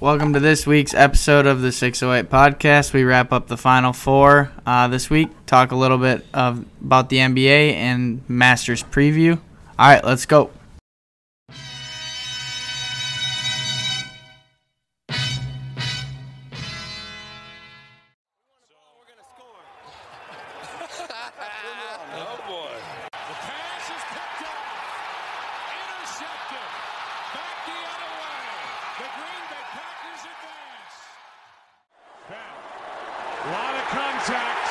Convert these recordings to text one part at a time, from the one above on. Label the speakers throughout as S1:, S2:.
S1: Welcome to this week's episode of the 608 podcast. We wrap up the Final Four uh, this week. Talk a little bit of, about the NBA and Masters preview. All right, let's go.
S2: oh boy. The pass is picked up. Intercepted. Back the other way. The Green Bay Packers advance. A lot of contact.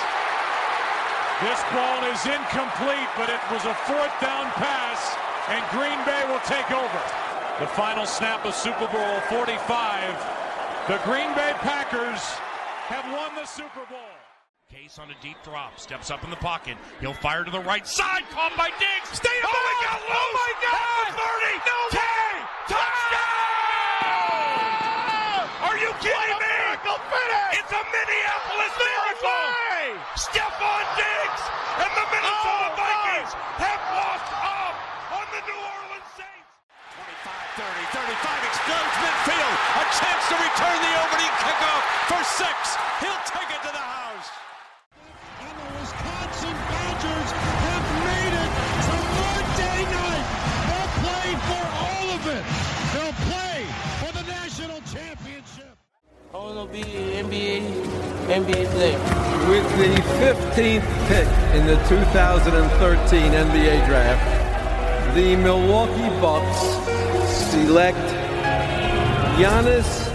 S2: This ball is incomplete, but it was a fourth down pass, and Green Bay will take over. The final snap of Super Bowl 45. The Green Bay Packers have won the Super Bowl.
S3: Case on a deep drop, steps up in the pocket. He'll fire to the right side, caught by Diggs. Stay oh, my God, oh my God! 30, no way! Touchdown! Are you kidding me? It's a Minneapolis miracle! Stephon Diggs and the Minnesota Vikings have walked off on the New Orleans Saints.
S4: 25, 30, 35, explodes midfield. A chance to return the opening kickoff for six. He'll take it to the house.
S5: And the Wisconsin Badgers have made it to Monday night. They'll play for all of it. They'll play for the national championship.
S6: I want to be an NBA, NBA player.
S7: with the 15th pick in the 2013 NBA draft, the Milwaukee Bucks select Giannis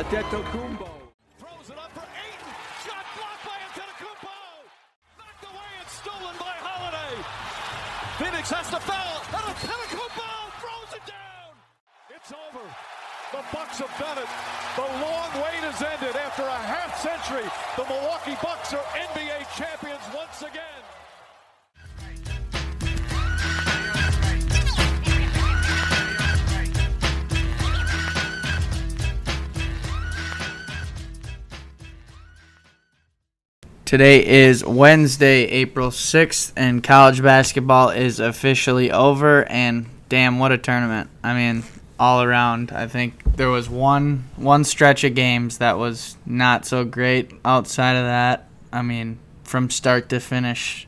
S7: Adetokounmpo.
S2: Throws it up for Aiton. Shot blocked by Antetokounmpo. Knocked away and stolen by Holiday. Phoenix has to foul. And Antetokounmpo throws it down. It's over. The Bucks have done it. The long wait has ended. After a half century, the Milwaukee Bucks are NBA champions once again.
S1: Today is Wednesday, April 6th, and college basketball is officially over. And damn, what a tournament! I mean, all around. I think there was one one stretch of games that was not so great. Outside of that, I mean, from start to finish,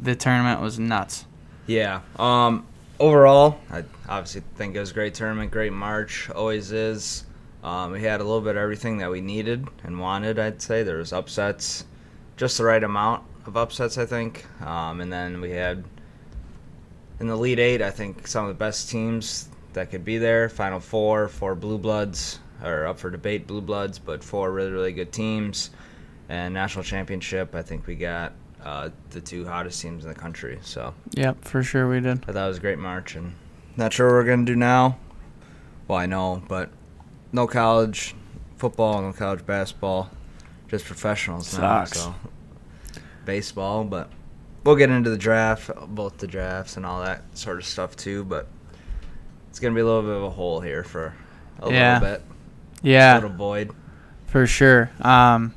S1: the tournament was nuts.
S8: Yeah. Um, overall, I obviously think it was a great tournament, great March, always is. Um, we had a little bit of everything that we needed and wanted. I'd say there was upsets, just the right amount of upsets, I think. Um, and then we had in the lead eight, I think some of the best teams that could be there. Final four, four blue bloods are up for debate, blue bloods, but four really really good teams. And national championship, I think we got uh, the two hottest teams in the country. So
S1: Yep, for sure we did.
S8: I thought it was a great march, and not sure what we're gonna do now. Well, I know, but no college football, no college basketball, just professionals now.
S1: Sucks.
S8: So baseball, but we'll get into the draft, both the drafts and all that sort of stuff too. But it's gonna be a little bit of a hole here for a
S1: Yeah.
S8: little bit, a
S1: Yeah.
S8: little void.
S1: For sure. Um,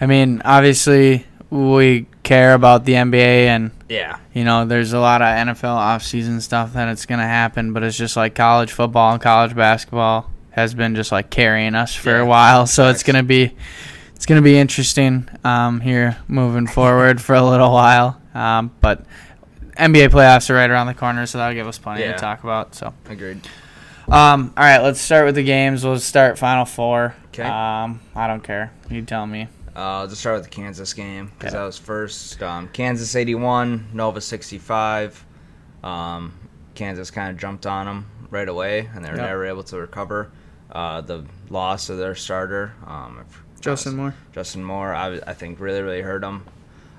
S1: I mean, obviously, we care about the NBA, and
S8: Yeah,
S1: you know, there's a lot of NFL offseason stuff that it's gonna happen. But it's just like college football and college basketball has been just like carrying us for a
S8: Yeah.
S1: while. So it's
S8: Facts.
S1: gonna be, it's gonna be interesting um, here moving forward for a little while. Um, but NBA playoffs are right around the corner, so that'll give us plenty
S8: Yeah.
S1: to talk about. So.
S8: agreed.
S1: Um, all right, let's start with the games. We'll start Final Four.
S8: 'Kay.
S1: Um, I don't care. You tell me.
S8: Uh, I'll just start with the Kansas game because
S1: Yeah.
S8: that was first. Um, Kansas 81, Nova 65. Um, Kansas kind of jumped on them right away, and they were
S1: Yep.
S8: never able to recover. Uh, the loss of their starter, um, if-
S1: Justin Moore.
S8: Justin Moore, I, I think really really hurt them.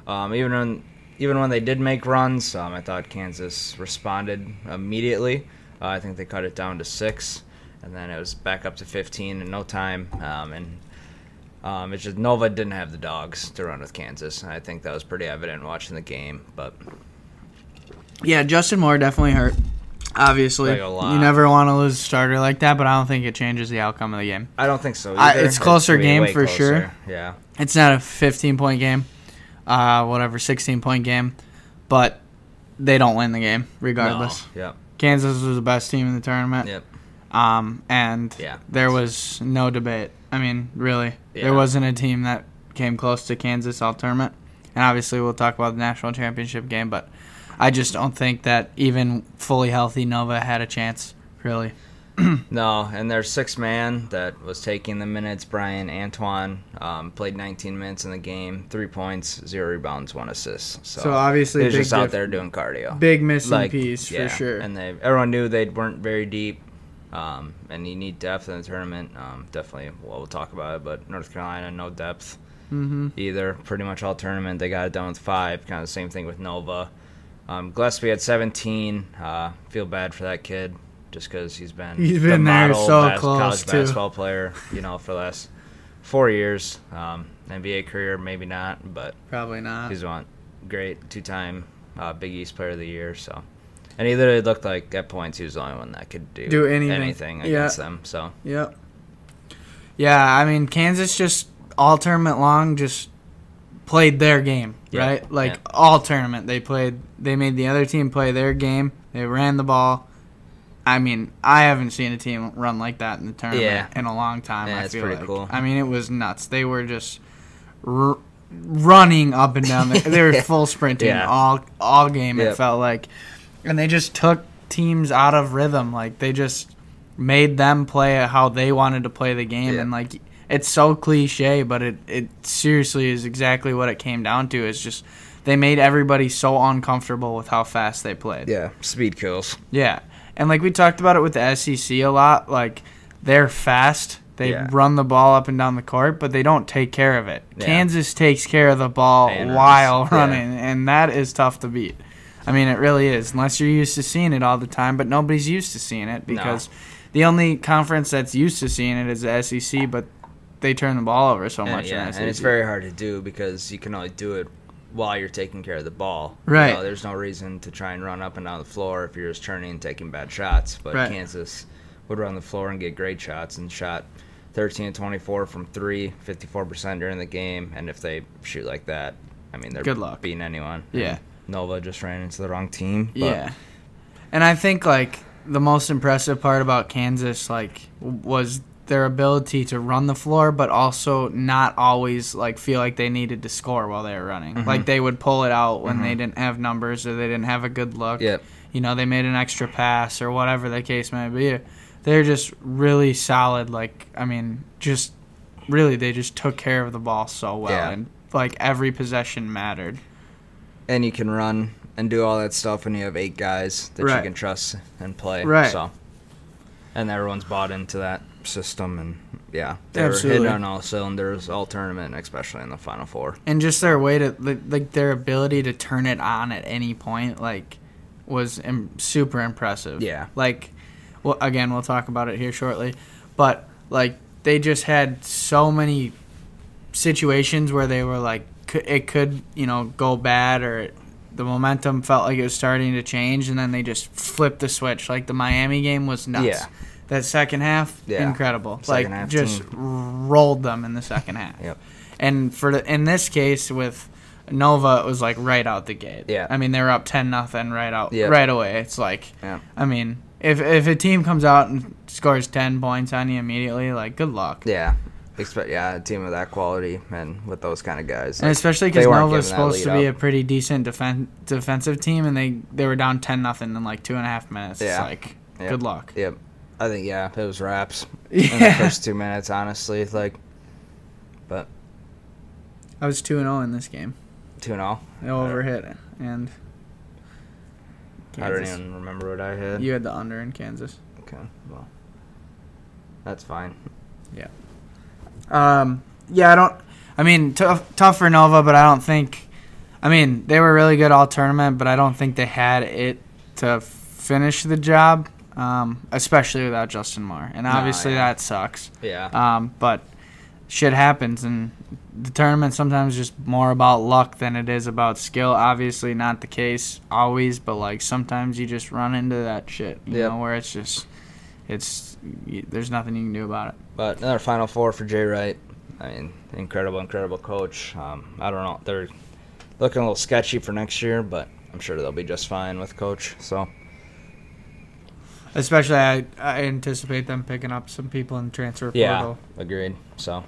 S8: Um, even when even when they did make runs, um, I thought Kansas responded immediately. Uh, I think they cut it down to six, and then it was back up to 15 in no time. Um, and um, it's just Nova didn't have the dogs to run with Kansas, and I think that was pretty evident watching the game. But
S1: Yeah, Justin Moore definitely hurt. Obviously,
S8: Like a lot.
S1: you never want to lose a starter like that, but I don't think it changes the outcome of the game.
S8: I don't think so. Either.
S1: I- it's closer
S8: way-
S1: game
S8: way
S1: for sure.
S8: closer. Yeah,
S1: It's not a 15 point game, uh, whatever, 16 point game, but they don't win the game
S8: No.
S1: regardless.
S8: Yep.
S1: Kansas was the best team in the tournament.
S8: Yep.
S1: Um, and
S8: Yeah.
S1: there was no debate. I mean, really,
S8: Yeah.
S1: there wasn't a team that came close to Kansas all tournament. And obviously, we'll talk about the national championship game, but I just don't think that even fully healthy Nova had a chance. Really,
S8: No, and their sixth man that was taking the minutes, Brian Antoine, um, played 19 minutes in the game, three points, zero rebounds, one assist. So,
S1: So obviously
S8: he was
S1: big
S8: just out
S1: diff-
S8: there doing cardio.
S1: big missing
S8: Like,
S1: piece
S8: yeah,
S1: for sure.
S8: And they everyone knew they weren't very deep, um, and you need depth in the tournament. Um, definitely, well, we'll talk about it. But North Carolina, no depth either. Pretty much all tournament, they got it done with five. Kind of the same thing with Nova. Um, Gillespie had 17. Uh, feel bad for that kid, just because he's been
S1: He's been there so close,
S8: college
S1: too.
S8: basketball player, you know, for the last four years. Um, NBA career, maybe not, but
S1: Probably not.
S8: He's one great two time uh, Big East Player of the Year. So, and he literally looked like at points he was the only one that could do,
S1: Do anything. Yeah.
S8: against them. So
S1: Yep. Yeah, I mean Kansas just all tournament long just played their game,
S8: Yeah,
S1: right? Like
S8: yeah.
S1: all tournament they played they made the other team play their game. They ran the ball. I mean, I haven't seen a team run like that in the tournament
S8: Yeah.
S1: in a long time.
S8: Yeah,
S1: I
S8: it's
S1: feel
S8: pretty
S1: like.
S8: cool.
S1: I mean, it was nuts. They were just r- running up and down. The, they were full sprinting
S8: Yeah.
S1: all all game.
S8: Yep.
S1: It felt like, and they just took teams out of rhythm. Like they just made them play how they wanted to play the game
S8: Yeah.
S1: and like it's so cliche but it, it seriously is exactly what it came down to it's just they made everybody so uncomfortable with how fast they played
S8: yeah, speed kills.
S1: yeah. And like we talked about it with the SEC a lot, like they're fast. They
S8: Yeah.
S1: run the ball up and down the court, but they don't take care of it.
S8: Yeah.
S1: Kansas takes care of the ball
S8: And runs.
S1: while
S8: Yeah.
S1: running, and that is tough to beat. I mean, it really is, unless you're used to seeing it all the time, but nobody's used to seeing it because the only conference that's used to seeing it is the SEC, but they turn the ball over so
S8: And,
S1: much. in E
S8: yeah,
S1: the
S8: and it's
S1: SEC.
S8: very hard to do because you can only do it while you're taking care of the ball.
S1: Right.
S8: You know, there's no reason to try and run up and down the floor if you're just turning and taking bad shots. But
S1: Right.
S8: Kansas would run the floor and get great shots and shot 13 and 24 from three, 54% during the game. And if they shoot like that, I mean, they're
S1: Good luck.
S8: beating anyone.
S1: Yeah.
S8: And Nova just ran into the wrong team. But
S1: Yeah. And I think like the most impressive part about Kansas like w- was their ability to run the floor but also not always like feel like they needed to score while they were running.
S8: Mm-hmm.
S1: Like they would pull it out when they didn't have numbers or they didn't have a good look.
S8: Yep.
S1: You know, they made an extra pass or whatever the case may be. They're just really solid like I mean, just really they just took care of the ball so well
S8: Yeah.
S1: and like every possession mattered.
S8: And you can run and do all that stuff when you have eight guys that you
S1: Right.
S8: can trust and play.
S1: Right.
S8: So, and everyone's bought into that system, and yeah, they were
S1: Absolutely.
S8: hitting on all cylinders all tournament, especially in the final four.
S1: and just their way to like, like their ability to turn it on at any point like was Im- super impressive
S8: Yeah.
S1: like well again we'll talk about it here shortly but like they just had so many situations where they were like c- it could you know go bad or it, the momentum felt like it was starting to change and then they just flipped the switch like the miami game was nuts
S8: Yeah.
S1: that second half
S8: Yeah.
S1: incredible
S8: Second
S1: like
S8: half
S1: just
S8: team.
S1: rolled them in the second half
S8: Yep.
S1: and for the, in this case with Nova, it was like right out the gate.
S8: Yeah.
S1: I mean, they were up ten nothing right out
S8: Yeah.
S1: right away. It's like,
S8: Yeah.
S1: I mean, if if a team comes out and scores ten points on you immediately, like good luck.
S8: Yeah, expect yeah, a team of that quality and with those kind of guys,
S1: And
S8: like,
S1: especially
S8: they
S1: because
S8: weren't
S1: Nova's
S8: giving that
S1: supposed to
S8: lead
S1: be
S8: up.
S1: a pretty decent defen- defensive team, and they they were down ten nothing in like two and a half minutes.
S8: Yeah.
S1: It's like,
S8: Yep.
S1: good luck.
S8: Yep. I think yeah, it was wraps in the
S1: Yeah.
S8: first two minutes, honestly. Like, but
S1: I was two and zero in this game.
S8: two and oh. all.
S1: I overhit and.
S8: I don't
S1: Kansas.
S8: even remember what I had.
S1: You had the under in Kansas.
S8: Okay, well, that's fine.
S1: Um, yeah, I don't. I mean, tough, tough for Nova, but I don't think. I mean, they were really good all tournament, but I don't think they had it to finish the job, um, especially without Justin Moore. And obviously,
S8: yeah.
S1: that sucks.
S8: Yeah.
S1: Um, but shit happens, and the tournament sometimes is just more about luck than it is about skill. Obviously, not the case always, but like sometimes you just run into that shit, you
S8: Yep.
S1: know, where it's just, it's y there's nothing you can do about it.
S8: But another Final Four for Jay Wright. I mean, incredible, incredible coach. Um, I don't know. They're looking a little sketchy for next year, but I'm sure they'll be just fine with coach. So
S1: Especially, I, I anticipate them picking up some people in the transfer
S8: Yeah,
S1: portal.
S8: agreed. So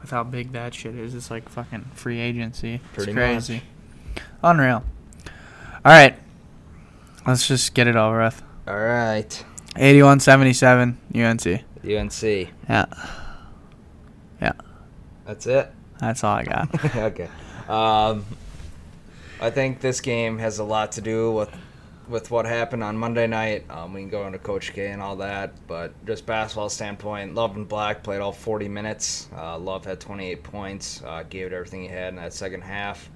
S1: With how big that shit is, it's like fucking free agency.
S8: Pretty
S1: it's crazy. Unreal. All right, let's just get it over with.
S8: all right,
S1: Eighty-one seventy-seven UNC.
S8: UNC.
S1: Yeah,
S8: That's it.
S1: that's all I got.
S8: okay. Um, I think this game has a lot to do with with what happened on Monday night. Um, we can go into Coach K and all that, but just basketball standpoint, Love and Black played all 40 minutes. Uh, Love had 28 points, uh, gave it everything he had in that second half.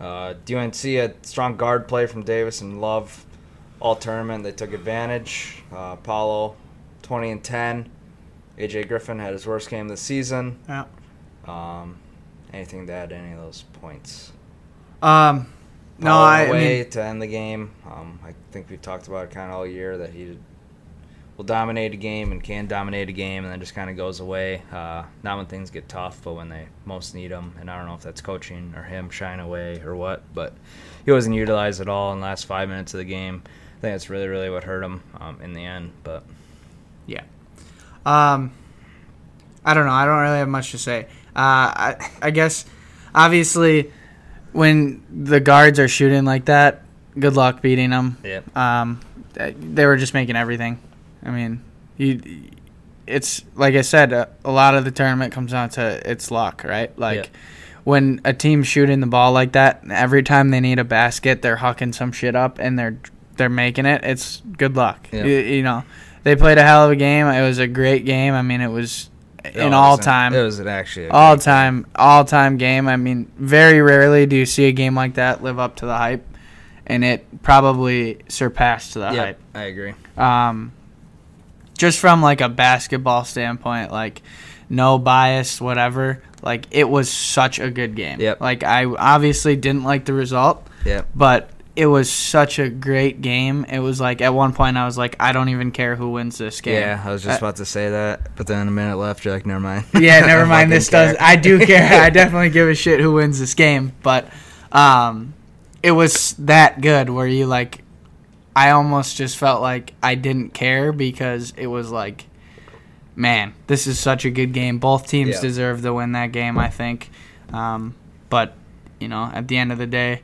S8: Uh, UNC had strong guard play from Davis and Love all tournament. They took advantage. Uh, Apollo, 20 and 10. AJ Griffin had his worst game of the season.
S1: yeah.
S8: Um, anything to add to any of those points?
S1: Um, no,
S8: Paul
S1: I, I
S8: away
S1: mean,
S8: to end the game. Um, I think we've talked about it kind of all year that he will dominate a game and can dominate a game, and then just kind of goes away. Uh, not when things get tough, but when they most need him. And I don't know if that's coaching or him shying away or what, but he wasn't utilized at all in the last five minutes of the game. I think that's really, really what hurt him um, in the end. But
S1: yeah. Um, I don't know. I don't really have much to say. Uh, I, I guess, obviously, when the guards are shooting like that, good luck beating them.
S8: yeah,
S1: Um, th- they were just making everything. I mean, you, it's like I said, a, a lot of the tournament comes down to it's luck, right? Like
S8: Yeah.
S1: when a team's shooting the ball like that, every time they need a basket, they're hucking some shit up and they're they're making it. It's good luck.
S8: Yeah.
S1: You, you know, they played a hell of a game. It was a great game. I mean, it was in
S8: No, it
S1: all
S8: was an-
S1: time
S8: it was an actually a
S1: all
S8: great-
S1: time all time game. I mean, very rarely do you see a game like that live up to the hype, and it probably surpassed the
S8: Yep, I agree.
S1: hype. Um, just from like a basketball standpoint, like no bias, whatever. Like it was such a good game.
S8: Yep.
S1: Like I obviously didn't like the result,
S8: Yeah,
S1: but it was such a great game. It was like at one point I was like, I don't even care who wins this game.
S8: yeah. I was just about to say that, but then a minute left. You're like, never mind.
S1: Uh, yeah,
S8: I
S1: never mind. This
S8: fucking
S1: does. I do care. I definitely give a shit who wins this game, but um, it was that good where you like, I almost just felt like I didn't care because it was like, man, this is such a good game. Both teams
S8: Yeah.
S1: deserve to win that game, I think. Um, but you know, at the end of the day.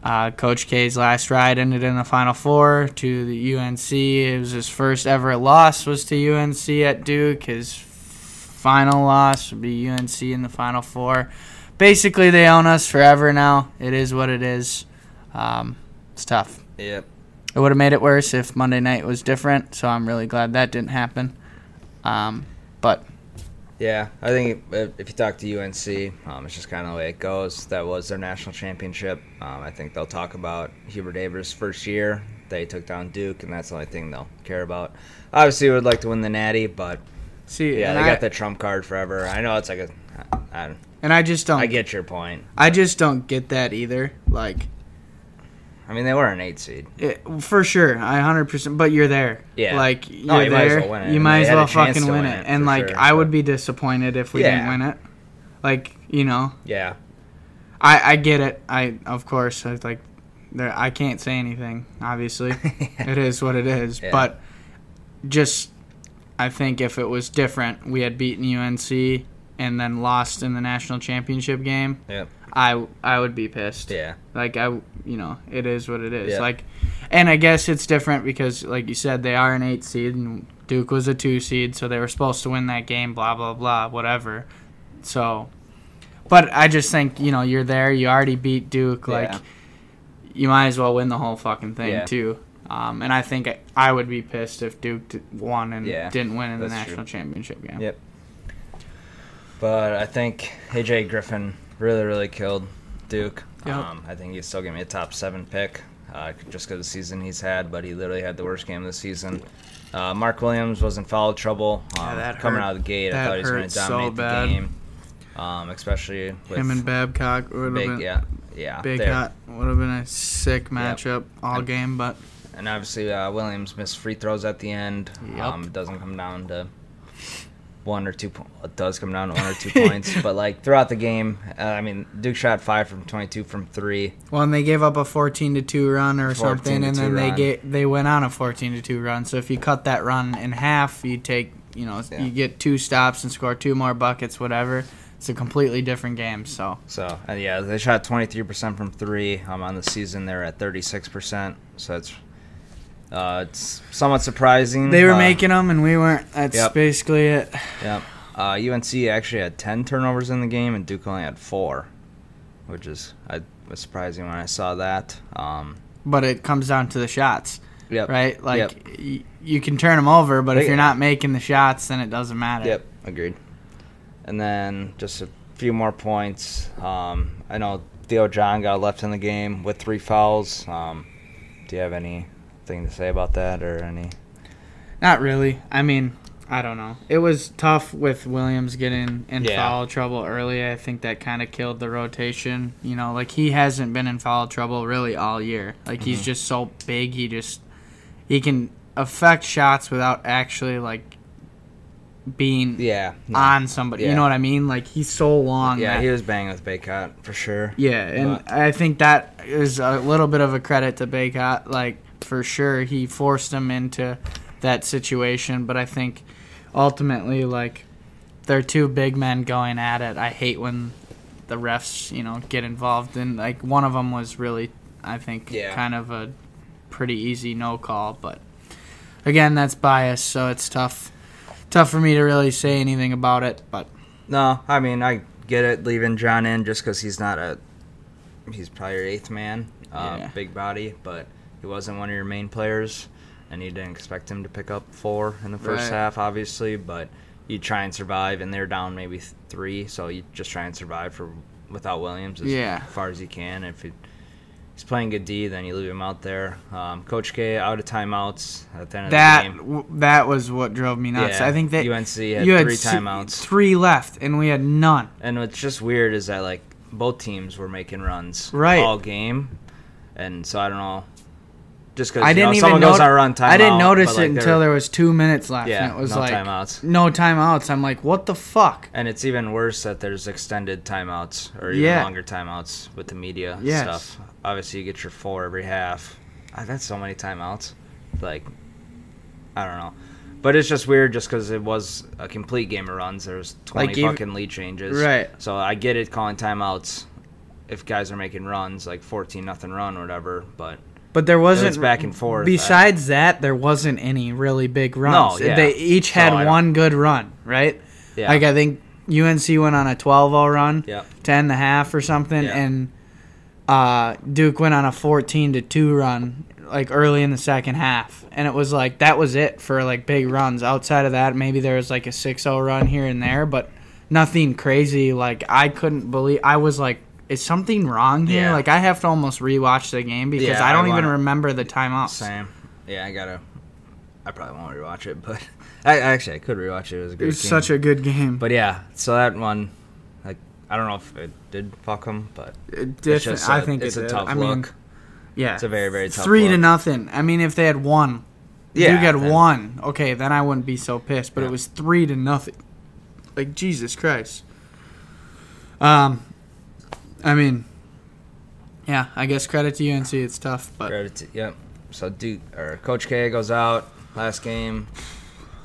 S1: Uh, Coach K's last ride ended in the Final Four to the UNC. It was his first ever loss was to UNC at Duke. His final loss would be UNC in the Final Four. Basically, they own us forever now. It is what it is. Um, it's tough.
S8: Yep.
S1: It would have made it worse if Monday night was different. So I'm really glad that didn't happen. Um, but
S8: Yeah, I think uh, if if you talk to UNC, um, it's just kind of the way it goes. That was their national championship. Um, I think they'll talk about Hubert Davis' first year. They took down Duke, and that's the only thing they'll care about. Obviously, would like to win the Natty, but
S1: see,
S8: yeah,
S1: and,
S8: they
S1: I,
S8: got that trump card forever. I know it's like a. I, I,
S1: and I just don't.
S8: I
S1: I, get,
S8: get your point.
S1: I just don't get that either. Like
S8: I mean, they were an eight seed.
S1: It, for sure, I hundred percent. But you're there.
S8: Yeah.
S1: Like you're
S8: No, you might as
S1: there.
S8: well win it.
S1: You
S8: And
S1: might
S8: they
S1: as
S8: had a
S1: well
S8: chance
S1: fucking
S8: to
S1: win
S8: win
S1: it.
S8: it,
S1: And
S8: for
S1: like,
S8: sure,
S1: I would
S8: but-
S1: be disappointed if we
S8: Yeah.
S1: didn't win it. Like you know,
S8: Yeah,
S1: I I get it. I of course I like, there I can't say anything. Obviously, it is what it is.
S8: Yeah.
S1: But just, I think if it was different, we had beaten UNC and then lost in the national championship game.
S8: yeah,
S1: I I would be pissed.
S8: yeah,
S1: Like I, you know, it is what it is.
S8: Yeah.
S1: Like, and I guess it's different because, like you said, they are an eight seed and Duke was a two seed, so they were supposed to win that game. Blah blah blah, whatever. So, but I just think you know you're there. You already beat Duke. Like,
S8: Yeah.
S1: you might as well win the whole fucking thing
S8: Yeah.
S1: too. Um, and I think I, I would be pissed if Duke d- won and
S8: Yeah,
S1: didn't win in the
S8: that's true.
S1: national championship game.
S8: yep. But I think AJ Griffin really, really killed Duke.
S1: Yep.
S8: Um, I think he's still gonna be a top seven pick, uh, just because of the season he's had. But he literally had the worst game of the season. Uh, Mark Williams was in foul trouble um,
S1: that
S8: coming
S1: hurt.
S8: out of the gate.
S1: That
S8: I thought he was gonna
S1: hurt so
S8: dominate the
S1: bad.
S8: game, um, especially with
S1: Him and Babcock would have
S8: big,
S1: been
S8: yeah, yeah,
S1: big
S8: there.
S1: hot. Would have been a sick matchup all game, but.
S8: And obviously, uh, Williams missed free throws at the end.
S1: Yep.
S8: Um, it doesn't come down to one or two. po- It does come down to one or two points, but like throughout the game, uh, I mean, Duke shot five from twenty-two from three.
S1: Well, and they gave up a 14 to 2 run or
S8: 14
S1: something,
S8: to
S1: and then
S8: 2
S1: they
S8: run.
S1: get they went on a 14 to 2 run. So if you cut that run in half, you take you know
S8: Yeah.
S1: you get two stops and score two more buckets, whatever. It's a completely different game. So
S8: So and yeah, they shot twenty-three percent from three. Um, on the season, they're at thirty-six percent. So it's uh, it's somewhat surprising.
S1: they were
S8: Uh,
S1: making them, and we weren't. That's
S8: Yep.
S1: basically it.
S8: Yep. Uh, UNC actually had 10 turnovers in the game, and Duke only had four, which is I was surprising when I saw that. Um,
S1: But it comes down to the shots,
S8: yep.
S1: right? Like
S8: Yep.
S1: y- you can turn them over, but if
S8: They-
S1: you're not making the shots, then it doesn't matter.
S8: Yep. Agreed. And then just a few more points. Um, I know Theo John got left in the game with three fouls. Um, do you have anything to say about that or any?
S1: Not really. I mean, I don't know. It was tough with Williams getting in
S8: Yeah.
S1: foul trouble early. I think that kind of killed the rotation. You know, like he hasn't been in foul trouble really all year. Like
S8: Mm-hmm.
S1: he's just so big, he just he can affect shots without actually like being
S8: Yeah. no.
S1: on somebody. You
S8: Yeah.
S1: know what I mean? Like he's so long.
S8: yeah,
S1: that-
S8: he was banging with Baycott for sure.
S1: yeah, and
S8: But-
S1: I think that is a little bit of a credit to Baycott. Like for sure, he forced him into that situation, but I think ultimately, like they're two big men going at it. I hate when the refs, you know, get involved, and like one of them was really, I think,
S8: Yeah.
S1: kind of a pretty easy no call. But again, that's bias, so it's tough, tough for me to really say anything about it. But
S8: No, I mean I get it leaving John in just because he's not a he's probably your eighth man, uh,
S1: Yeah.
S8: big body, but he wasn't one of your main players, and you didn't expect him to pick up four in the first
S1: Right.
S8: half, obviously. But you try and survive, and they're down maybe th- three, so you just try and survive for without Williams as
S1: Yeah.
S8: far as you can. If you he's playing good D, then you leave him out there. Um, Coach K out of timeouts at the end
S1: That
S8: of the game.
S1: w- that was what drove me nuts.
S8: Yeah,
S1: I think that
S8: UNC had three
S1: s-
S8: timeouts.
S1: three left, and we had none.
S8: And what's just weird is that like both teams were making runs
S1: Right.
S8: all game, and so I don't know. Just because
S1: I didn't even
S8: someone goes
S1: noti-
S8: on a run timeout,
S1: I didn't
S8: but,
S1: notice
S8: like,
S1: it
S8: they're-
S1: until there was two minutes left,
S8: Yeah,
S1: and it was
S8: no
S1: like
S8: timeouts.
S1: no timeouts. I'm like, what the fuck?
S8: And it's even worse that there's extended timeouts or even
S1: Yeah.
S8: longer timeouts with the media
S1: Yes.
S8: stuff. Obviously, you get your four every half. I've had so many timeouts. Like, I don't know. But it's just weird just because it was a complete game of runs. There was 20
S1: Like, even-
S8: fucking lead changes.
S1: Right.
S8: So I get it calling timeouts if guys are making runs, like 14 nothing run or whatever. But
S1: But there wasn't
S8: back and forth, I-
S1: Besides that, there wasn't any really big runs.
S8: yeah.
S1: They each
S8: So
S1: had
S8: I don't-
S1: one good run, right?
S8: yeah.
S1: Like I think UNC went on a 12-0 run
S8: Yep.
S1: to end the half or something,
S8: Yeah.
S1: and uh, Duke went on a 14 to two run like early in the second half, and it was like that was it for like big runs. Outside of that, maybe there was like a 6-0 run here and there, but nothing crazy. Like I couldn't believe I was like. Is something wrong here?
S8: Yeah.
S1: Like I have to almost rewatch the game because
S8: Yeah,
S1: I don't
S8: I
S1: even
S8: wanna-
S1: remember the timeouts.
S8: Same. Yeah, I gotta. I probably won't rewatch it, but I actually I could rewatch it. It was a
S1: It
S8: good
S1: was
S8: game.
S1: such a good game.
S8: But yeah, so that one, like, I don't know if it did fuck him, but
S1: It
S8: it's
S1: defi-
S8: just
S1: I
S8: a-
S1: think
S8: it's
S1: it
S8: a
S1: did.
S8: tough
S1: I
S8: look.
S1: mean, yeah,
S8: It's a very, very tough
S1: three to
S8: look.
S1: nothing. I mean, if they had one,
S8: yeah,
S1: Duke had
S8: then-
S1: one. Okay, then I wouldn't be so pissed. But
S8: Yeah.
S1: it was three to nothing. Like Jesus Christ. Um, I mean, yeah. I guess credit to UNC. It's tough, but
S8: Credit to- Yep. So Duke or Coach K goes out last game.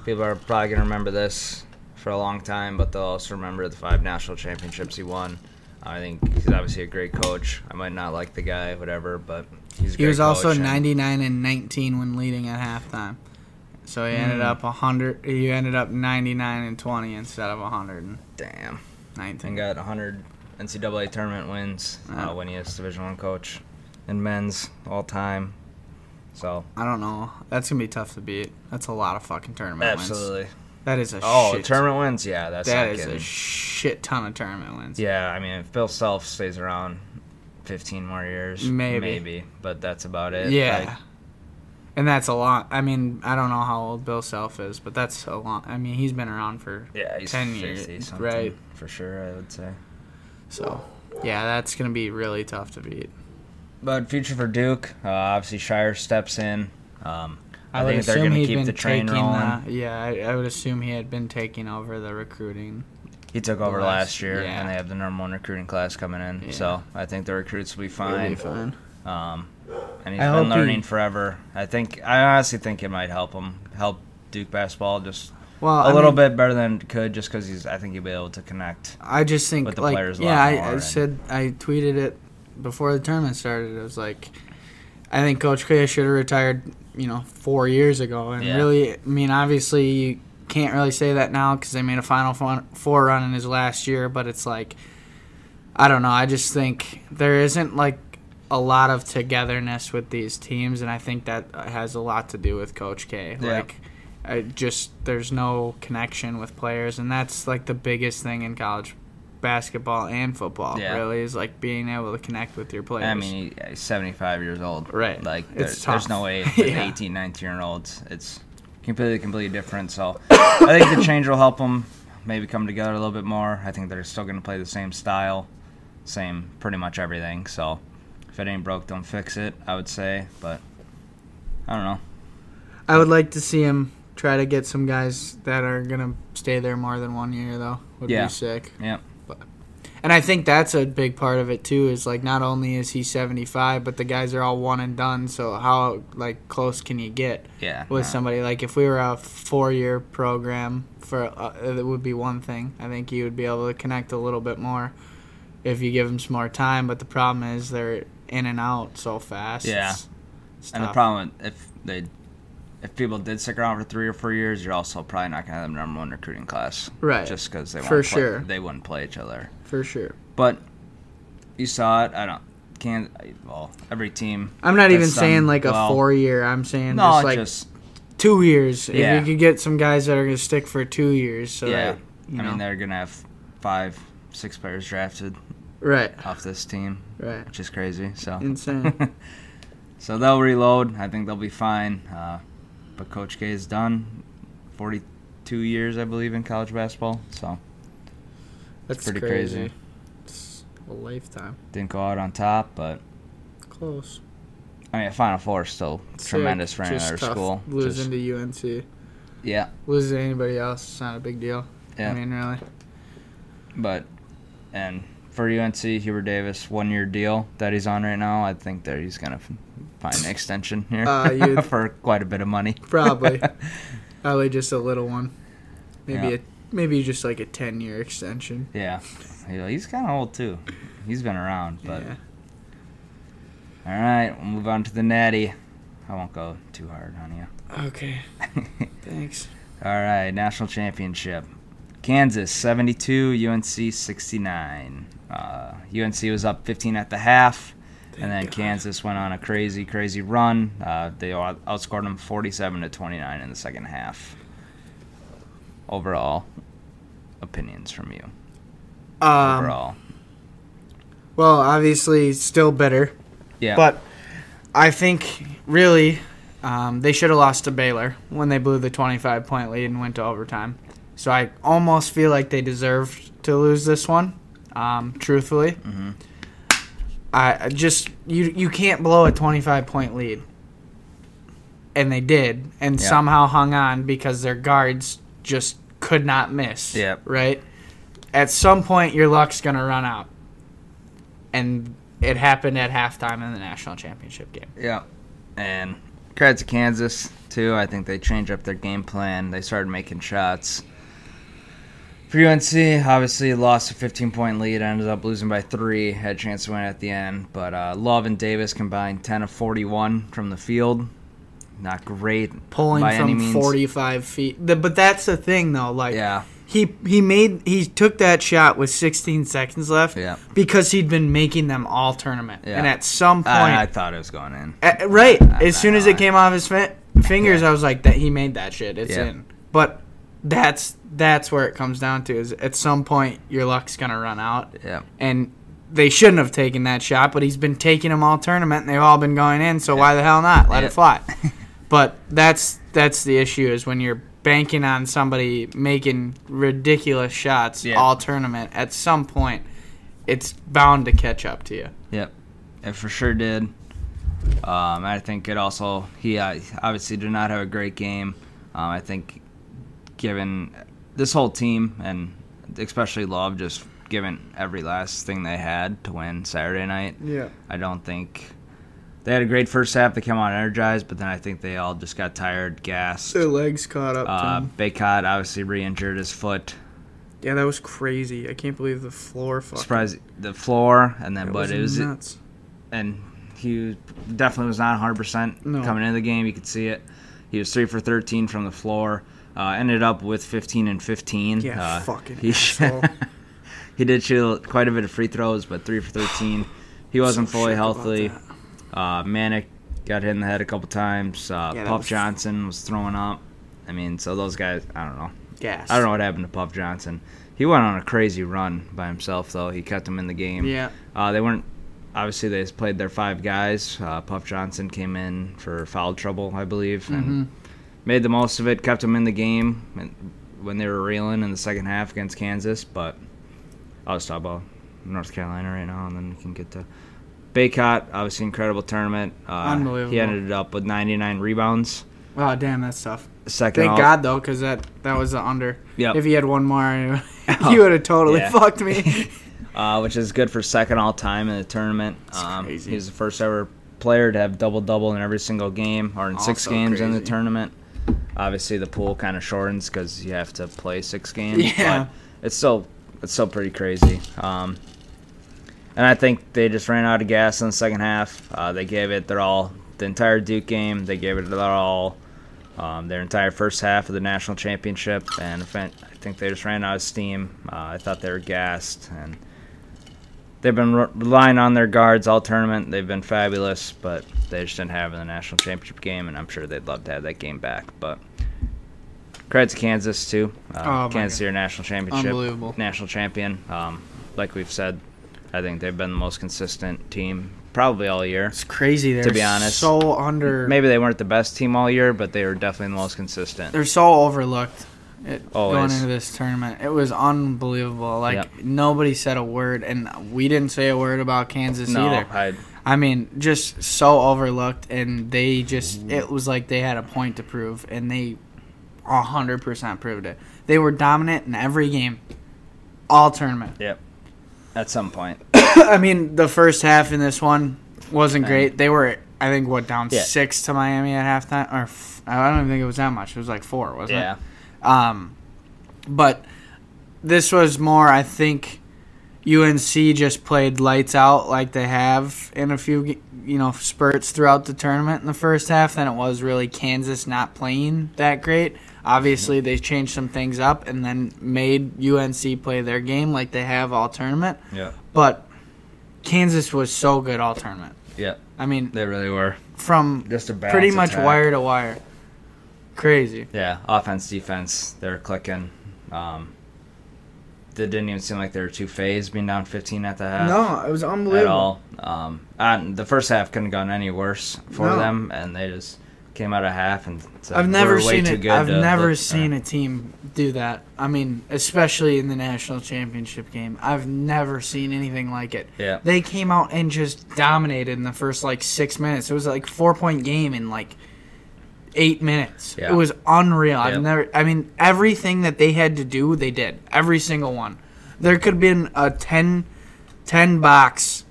S8: People are probably gonna remember this for a long time, but they'll also remember the five national championships he won. I think he's obviously a great coach. I might not like the guy, whatever, but he's. A
S1: he
S8: great
S1: was also
S8: coach and-
S1: 99 and 19 when leading at halftime. So he
S8: Hmm.
S1: ended up 100. He ended up 99 and 20 instead of 119.
S8: Damn. and got 100 NCAA tournament wins uh,
S1: Wow.
S8: when he is Division One coach in men's all time. So
S1: I don't know. That's gonna be tough to beat. That's a lot of fucking tournament wins.
S8: absolutely.
S1: That is a
S8: Oh,
S1: shit.
S8: tournament wins. Yeah, that's
S1: That
S8: not
S1: is a
S8: kidding.
S1: shit ton of tournament wins.
S8: yeah, I mean, if Bill Self stays around 15 more years,
S1: Maybe.
S8: maybe, but that's about it.
S1: Yeah.
S8: Like,
S1: and that's a lot. I mean, I don't know how old Bill Self is, but that's a lot. I mean, he's been around for
S8: yeah, he's
S1: 10
S8: 60
S1: years,
S8: something,
S1: right?
S8: For sure, I would say.
S1: So, yeah, that's going to be really tough to beat.
S8: But future for Duke, uh, obviously Shire steps in. Um, I,
S1: would
S8: think they're
S1: assume
S8: going to
S1: he'd
S8: keep
S1: been
S8: the train
S1: taking,
S8: rolling.
S1: uh, yeah, I, I would assume he had been taking over the recruiting.
S8: He took over
S1: last-
S8: last, year,
S1: yeah.
S8: and they have the number one recruiting class coming in.
S1: Yeah.
S8: So I think the recruits will be
S1: It'll
S8: fine.
S1: be fine.
S8: Um, and he's
S1: I
S8: been
S1: hope he-
S8: learning forever. I think I honestly think it might help him help Duke basketball just
S1: Well,
S8: a little bit better than it could, just because he's. I think he'll be able to connect.
S1: I just think
S8: with the
S1: like
S8: players a
S1: yeah,
S8: lot
S1: I,
S8: more
S1: I
S8: and-
S1: said I tweeted it before the tournament started. It was like I think Coach Kaya should have retired, you know, four years ago. And
S8: Yeah.
S1: really, I mean, obviously you can't really say that now because they made a Final Fo- Four run in his last year. But it's like I don't know. I just think there isn't like a lot of togetherness with these teams, and I think that has a lot to do with Coach K.
S8: Yeah.
S1: Like, I just there's no connection with players, and that's like the biggest thing in college basketball and football.
S8: Yeah.
S1: Really, is like being able to connect with your players.
S8: I mean, he- he's 75 years old.
S1: Right.
S8: Like, there,
S1: It's
S8: there's
S1: tough.
S8: no way with
S1: Yeah.
S8: 18, 19 year olds. It's completely, completely different. So I think the change will help them maybe come together a little bit more. I think they're still going to play the same style, same pretty much everything. So if it ain't broke, don't fix it, I would say. But I don't know.
S1: I would like to see him try to get some guys that are gonna stay there more than one year, though. Would
S8: Yeah.
S1: be sick.
S8: Yeah.
S1: And I think that's a big part of it too. Is like not only is he seventy five, but the guys are all one and done. So how like close can you get
S8: Yeah.
S1: with
S8: nah.
S1: somebody? Like if we were a four year program for, uh, it would be one thing. I think you would be able to connect a little bit more if you give them some more time. But the problem is they're in and out so fast.
S8: Yeah.
S1: It's- it's
S8: And the
S1: tough.
S8: problem if they if people did stick around for three or four years, you're also probably not gonna have the number one recruiting class,
S1: Right.
S8: Just because they
S1: For
S8: won't play,
S1: sure.
S8: they wouldn't play each other.
S1: for sure.
S8: But you saw it. I don't can well every team.
S1: I'm not even
S8: that's done
S1: saying like a
S8: well-
S1: four year. I'm saying
S8: No,
S1: just
S8: it
S1: like
S8: just
S1: two years.
S8: Yeah.
S1: If you could get some guys that are gonna stick for two years, so
S8: yeah.
S1: that, you
S8: I
S1: know,
S8: mean they're gonna have five, six players drafted
S1: right,
S8: off this team,
S1: right,
S8: which is crazy. So
S1: insane.
S8: so they'll reload. I think they'll be fine. Uh, but Coach K is done. Forty-two years, I believe, in college basketball. So
S1: That's
S8: pretty crazy.
S1: It's a lifetime.
S8: didn't go out on top, but
S1: Close.
S8: I mean, Final Four is still tremendous for
S1: Just
S8: another
S1: tough
S8: school.
S1: Losing
S8: Just-
S1: to UNC,
S8: yeah,
S1: losing to anybody else, it's not a big deal.
S8: yeah.
S1: I mean, really.
S8: but and for UNC, Hubert Davis, one year deal that he's on right now. I think that he's gonna f- find an extension here
S1: Uh, you'd-
S8: for quite a bit of money.
S1: Probably. Probably just a little one. Maybe
S8: Yeah.
S1: a maybe just like a ten year extension.
S8: Yeah, He- he's kind of old too. He's been around, but
S1: yeah.
S8: all right, we'll move on to the Natty. I won't go too hard on you.
S1: Okay. Thanks.
S8: All right, national championship. Kansas 72, UNC 69. Uh, UNC was up 15 at the half, and then Kansas went on a crazy, crazy run. Uh, they out- outscored them 47 to 29 in the second half. Overall, opinions from you.
S1: Um,
S8: Overall,
S1: well, obviously, still bitter,
S8: yeah,
S1: but I think really um, they should have lost to Baylor when they blew the twenty five point lead and went to overtime. So I almost feel like they deserved to lose this one. Um, truthfully, I I just you you can't blow a 25 point lead, and they did, and
S8: Yeah.
S1: somehow hung on because their guards just could not miss.
S8: Yep.
S1: Right. At some point, your luck's gonna run out, and it happened at halftime in the national championship game.
S8: yeah, and credit to Kansas too. I think they changed up their game plan. They started making shots. For UNC, obviously lost a 15 point lead, ended up losing by three, had a chance to win at the end. But uh, Love and Davis combined 10 of 41 from the field. Not great.
S1: Pulling
S8: by any
S1: from
S8: means.
S1: 45 feet. The- but that's the thing, though. Like,
S8: Yeah.
S1: he he made he took that shot with 16 seconds left
S8: Yeah.
S1: because he'd been making them all tournament
S8: Yeah.
S1: and at some point
S8: I, I thought it was going in.
S1: a- right as
S8: I
S1: soon as
S8: know,
S1: it
S8: I-
S1: came off his fin- fingers
S8: Yeah.
S1: I was like that he made that shit it's
S8: Yeah.
S1: in but that's that's where it comes down to is at some point your luck's gonna run out
S8: Yeah.
S1: and they shouldn't have taken that shot but he's been taking them all tournament and they've all been going in so why the hell not let
S8: Yeah.
S1: it fly but that's that's the issue is when you're banking on somebody making ridiculous shots
S8: Yeah.
S1: all tournament at some point it's bound to catch up to you
S8: Yep. It for sure did. Um, I think it also he uh, obviously did not have a great game. Um, I think given this whole team and especially Love just given every last thing they had to win Saturday night.
S1: Yeah.
S8: I don't think they had a great first half. They came out energized, but then I think they all just got tired, gassed.
S1: Their legs caught up to
S8: Uh,
S1: 'em.
S8: Baycott obviously re-injured his foot.
S1: Yeah, that was crazy. I can't believe the floor fucking.
S8: Surprise the floor, and then
S1: That
S8: but it was
S1: nuts.
S8: and he definitely was not 100%
S1: No.
S8: coming into the game. You could see it. He was three for 13 from the floor. Uh, ended up with 15 and 15.
S1: Yeah,
S8: Uh,
S1: fucking
S8: he,
S1: asshole.
S8: he did shoot quite a bit of free throws, but three for 13. He wasn't
S1: So
S8: fully
S1: shook about
S8: healthy. Uh, Manic got hit in the head a couple times. Uh,
S1: that
S8: Puff
S1: was-
S8: Johnson was throwing up. I mean, so those guys, I don't know.
S1: Gas.
S8: I don't know what happened to Puff Johnson. He went on a crazy run by himself, though. He kept him in the game.
S1: Yeah.
S8: Uh, they weren't. Obviously, they just played their five guys. Uh, Puff Johnson came in for foul trouble, I believe, and
S1: Mm-hmm.
S8: made the most of it. Kept them in the game and when they were reeling in the second half against Kansas. But I'll just talk about North Carolina right now, and then we can get to Baycott. Obviously, incredible tournament. Uh, He
S1: Unbelievable.
S8: ended up with 99 rebounds.
S1: Oh damn, that's tough.
S8: Second.
S1: Thank
S8: all-
S1: God though, because that that was the under.
S8: Yep. Oh,
S1: If he had one more, he would have totally
S8: Yeah.
S1: fucked me.
S8: uh, which is good for second all time in the tournament. Um,
S1: crazy.
S8: He's the first ever player to have double double in every single game or in six
S1: Also
S8: games in the
S1: crazy.
S8: tournament. Obviously, the pool kind of shortens because you have to play six games.
S1: Yeah.
S8: but it's still it's still pretty crazy. Um, and I think they just ran out of gas in the second half. Uh, they gave it their all the entire Duke game. They gave it their all um, their entire first half of the national championship, and I fin- I think they just ran out of steam. Uh, I thought they were gassed, and they've been re- relying on their guards all tournament. They've been fabulous, but they just didn't have it in the national championship game, and I'm sure they'd love to have that game back. But credit to Kansas too. Uh,
S1: Oh, my
S8: Kansas City are national championship,
S1: Unbelievable.
S8: national champion. Um, like we've said, I think they've been the most consistent team probably all year.
S1: it's crazy. They're
S8: To be honest.
S1: so under.
S8: Maybe they weren't the best team all year, but they were definitely the most consistent.
S1: they're so overlooked. It, going
S8: Always.
S1: into this tournament, it was unbelievable. Like
S8: Yep.
S1: nobody said a word, and we didn't say a word about Kansas
S8: No,
S1: either.
S8: I
S1: I mean, just so overlooked, and they just, it was like they had a point to prove, and they 100% proved it. They were dominant in every game, all tournament.
S8: Yep. At some point.
S1: I mean, the first half in this one wasn't great. They were, I think, what, down
S8: Yeah.
S1: six to Miami at halftime? Or f- I don't even think it was that much. It was like four, wasn't it?
S8: Yeah.
S1: Um, but this was more, I think, UNC just played lights out like they have in a few, g- you know, spurts throughout the tournament in the first half than it was really Kansas not playing that great. Obviously,
S8: Mm-hmm.
S1: they changed some things up and then made UNC play their game like they have all tournament.
S8: Yeah.
S1: But Kansas was so good all tournament.
S8: Yeah.
S1: I mean,
S8: They really were.
S1: from
S8: Just a
S1: pretty
S8: balanced
S1: much
S8: attack.
S1: wire to wire. Crazy.
S8: Yeah. Offense, defense, they were clicking. Um it didn't even seem like they were too phased being down 15 at the half
S1: No, it was unbelievable.
S8: at all. Um, and the first half couldn't have gone any worse for
S1: No.
S8: them, and they just came out of half and said,
S1: I've never
S8: "We're way
S1: seen
S8: too
S1: it.
S8: good
S1: I've
S8: to
S1: never
S8: look- uh,
S1: seen a team do that. I mean, especially in the national championship game. I've never seen anything like it.
S8: Yeah.
S1: They came out and just dominated in the first like 6 minutes. It was like 4-point game in like 8 minutes.
S8: Yeah.
S1: It was unreal. I've
S8: Yep.
S1: never I mean, everything that they had to do, they did. Every single one. There could have been a 10 10 box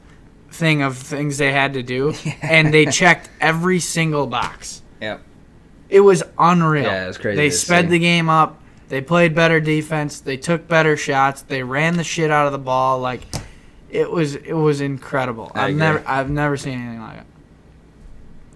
S1: thing of things they had to do and they checked every single box.
S8: Yep.
S1: It was unreal.
S8: Yeah, it was crazy
S1: They
S8: to see.
S1: sped the game up. They played better defense. They took better shots. They ran the shit out of the ball. Like it was, it was incredible.
S8: I
S1: I've
S8: agree.
S1: never, I've never seen anything like it.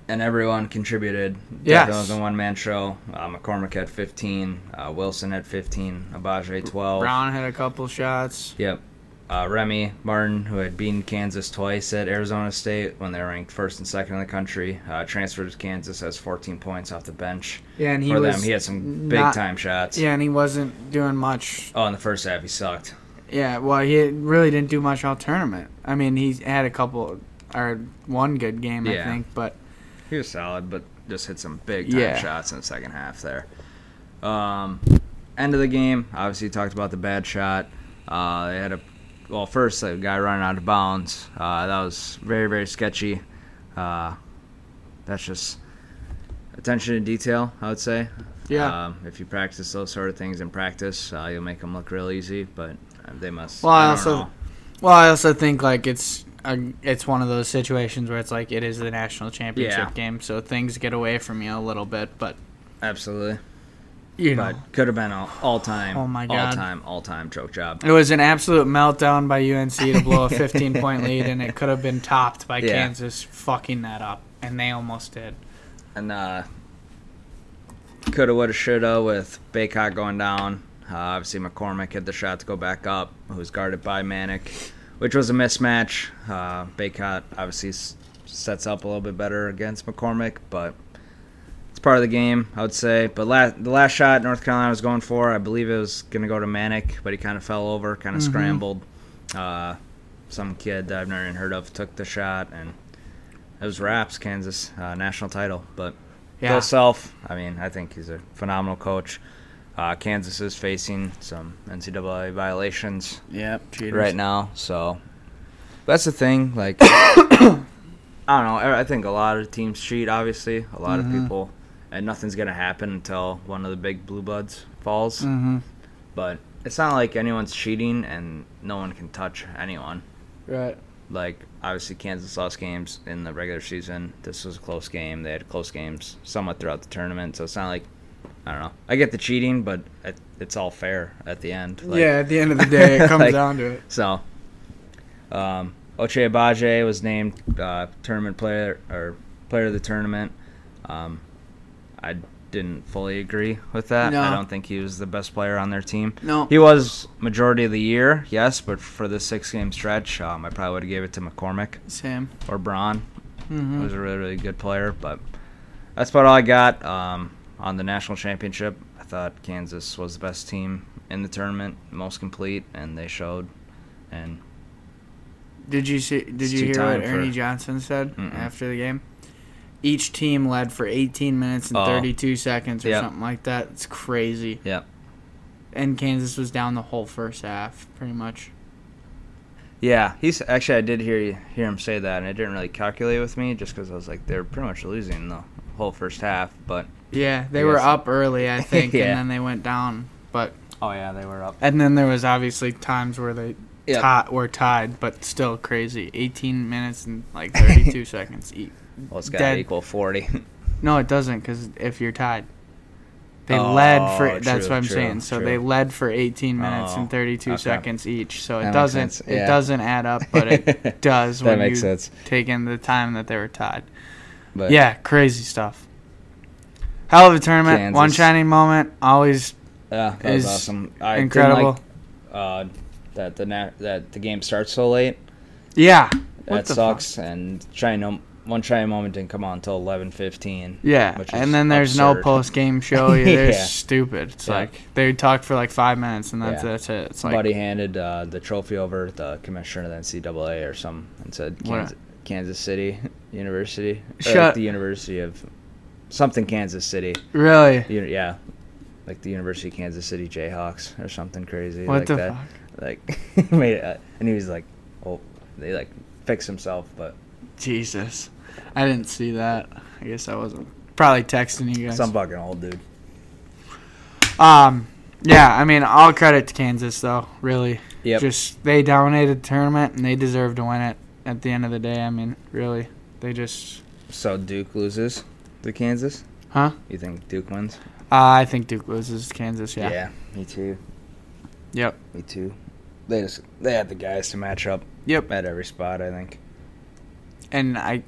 S8: and everyone contributed.
S1: Yes.
S8: Definitely was a one man show. Uh, McCormick had 15, uh, Wilson had 15, Abaje 12.
S1: Brown had a couple shots.
S8: Yep. Uh, Remy Martin, who had beaten Kansas twice at Arizona State when they were ranked first and second in the country, uh, transferred to Kansas, has 14 points off the bench
S1: Yeah, and he
S8: for
S1: was.
S8: them. He had some big
S1: not-
S8: time shots.
S1: Yeah, and he wasn't doing much.
S8: Oh, in the first half, he sucked.
S1: Yeah, well, he really didn't do much all tournament. I mean, he had a couple or one good game,
S8: Yeah.
S1: I think, but
S8: He was solid, but just hit some big time
S1: Yeah.
S8: shots in the second half there. Um, end of the game, obviously talked about the bad shot. Uh, they had a well, first a guy running out of bounds. Uh, that was very very sketchy. Uh, that's just attention to detail. I would say.
S1: Yeah.
S8: Um, if you practice those sort of things in practice, uh, you'll make them look real easy. But uh, they must.
S1: Well, I
S8: don't
S1: also-
S8: know.
S1: well, I also think like it's a, it's one of those situations where it's like it is the national championship
S8: Yeah.
S1: game, so things get away from you a little bit, but
S8: absolutely.
S1: you know.
S8: But could have been all, all time.
S1: Oh my
S8: All
S1: God.
S8: time. All time choke job.
S1: It was an absolute meltdown by UNC to blow a 15 point lead, and it could have been topped by
S8: Yeah.
S1: Kansas fucking that up, and they almost did.
S8: and uh, coulda, woulda, shoulda with Baycott going down. Uh, obviously, McCormick had the shot to go back up, who's guarded by Manic, which was a mismatch. Uh, Baycott obviously s- sets up a little bit better against McCormick, but it's part of the game, I would say. But la- the last shot North Carolina was going for, I believe it was going to go to Manic, but he kind of fell over, kind of scrambled. Uh, some kid that I've never even heard of took the shot, and it was Raps, Kansas, uh, national title. But
S1: Yeah.
S8: Bill Self, I mean, I think he's a phenomenal coach. Uh, Kansas is facing some NCAA violations
S9: Yep. Cheaters.
S8: right now, so that's the thing. Like, I don't know. I I think a lot of teams cheat, obviously. A lot
S1: Mm-hmm.
S8: of people, and nothing's gonna happen until one of the big blue bloods falls.
S1: Mm-hmm.
S8: But it's not like anyone's cheating, and no one can touch anyone
S1: Right.
S8: like obviously Kansas lost games in the regular season. This was a close game. They had close games somewhat throughout the tournament, so it's not like I don't know. I get the cheating, but it, it's all fair at the end. Like,
S1: yeah, at the end of the day, it comes
S8: Like-
S1: down to it.
S8: So, um, Oche Abaje was named uh, tournament player or player of the tournament. Um, I didn't fully agree with that. I
S1: No.
S8: don't think he was the best player on their team.
S1: No.
S8: He was majority of the year, yes, but for the six game stretch, um, I probably would have gave it to McCormick
S1: Sam.
S8: or Braun. He was a really, really good player, but that's about all I got um, on the national championship. I thought Kansas was the best team in the tournament, most complete, and they showed. And
S1: Did you see? Did
S8: It's
S1: you
S8: too
S1: hear
S8: time
S1: what Ernie
S8: for-
S1: Johnson said
S8: Mm-mm.
S1: after the game? Each team led for 18 minutes and
S8: Oh.
S1: 32 seconds or
S8: Yep.
S1: something like that. It's crazy.
S8: yeah,
S1: And Kansas was down the whole first half, pretty much.
S8: yeah, he's actually I did hear hear him say that, and it didn't really calculate with me just because I was like they're pretty much losing the whole first half, but
S1: Yeah, they
S8: I
S1: were
S8: guess-
S1: up early, I think,
S8: Yeah.
S1: and then they went down. But
S8: oh yeah, they were up.
S1: and then there was obviously times where they
S8: Yep.
S1: ti- were tied, but still crazy. 18 minutes and like 32 seconds. E-
S8: Well, it's got to
S1: Dead.
S8: equal forty.
S1: No, it doesn't, because if you're tied, they led for.
S8: Oh,
S1: that's
S8: true,
S1: what I'm
S8: true,
S1: saying. So they
S8: true.
S1: led for 18 minutes
S8: Oh,
S1: and 32
S8: okay.
S1: seconds each. So
S8: That
S1: it
S8: makes
S1: doesn't.
S8: sense,
S1: It
S8: yeah.
S1: doesn't add up, but it does
S8: That
S1: when
S8: makes
S1: you
S8: sense.
S1: take in the time that they were tied.
S8: But
S1: Yeah, crazy stuff. Hell of a tournament. One
S8: Kansas.
S1: shining moment. Always
S8: yeah, that was
S1: is
S8: awesome. I didn't like,
S1: incredible.
S8: uh, that the na- that the game starts so late.
S1: yeah.
S8: that
S1: the
S8: sucks. And China one China moment didn't come on until eleven fifteen.
S1: Yeah,
S8: which is
S1: and then there's no
S8: absurd.
S1: post game show. They're
S8: Yeah.
S1: stupid. It's
S8: Yeah.
S1: like they talked for like five minutes, and that's
S8: Yeah.
S1: that's it. It's like
S8: Somebody handed uh, the trophy over to the commissioner of the NCAA or some and said
S1: What?
S8: Kansas, Kansas City University, or,
S1: Shut-
S8: like the University of something Kansas City.
S1: really,
S8: You- Yeah, like the University of Kansas City Jayhawks or something crazy
S1: What
S8: like
S1: the
S8: that. Like made it, uh, and he was like, oh, they like fixed himself, but
S1: Jesus, I didn't see that. I guess I wasn't probably texting you guys.
S8: some fucking old dude.
S1: Um, yeah, I mean, all credit to Kansas though. Really,
S8: Yep.
S1: just they dominated the tournament and they deserve to win it. At the end of the day, I mean, really, they just.
S8: So Duke loses to Kansas.
S1: Huh?
S8: You think Duke wins?
S1: Uh, I think Duke loses to Kansas. Yeah.
S8: me too.
S1: Yep.
S8: Me too. They just they had the guys to match up
S1: Yep.
S8: at every spot. I think.
S1: and I, you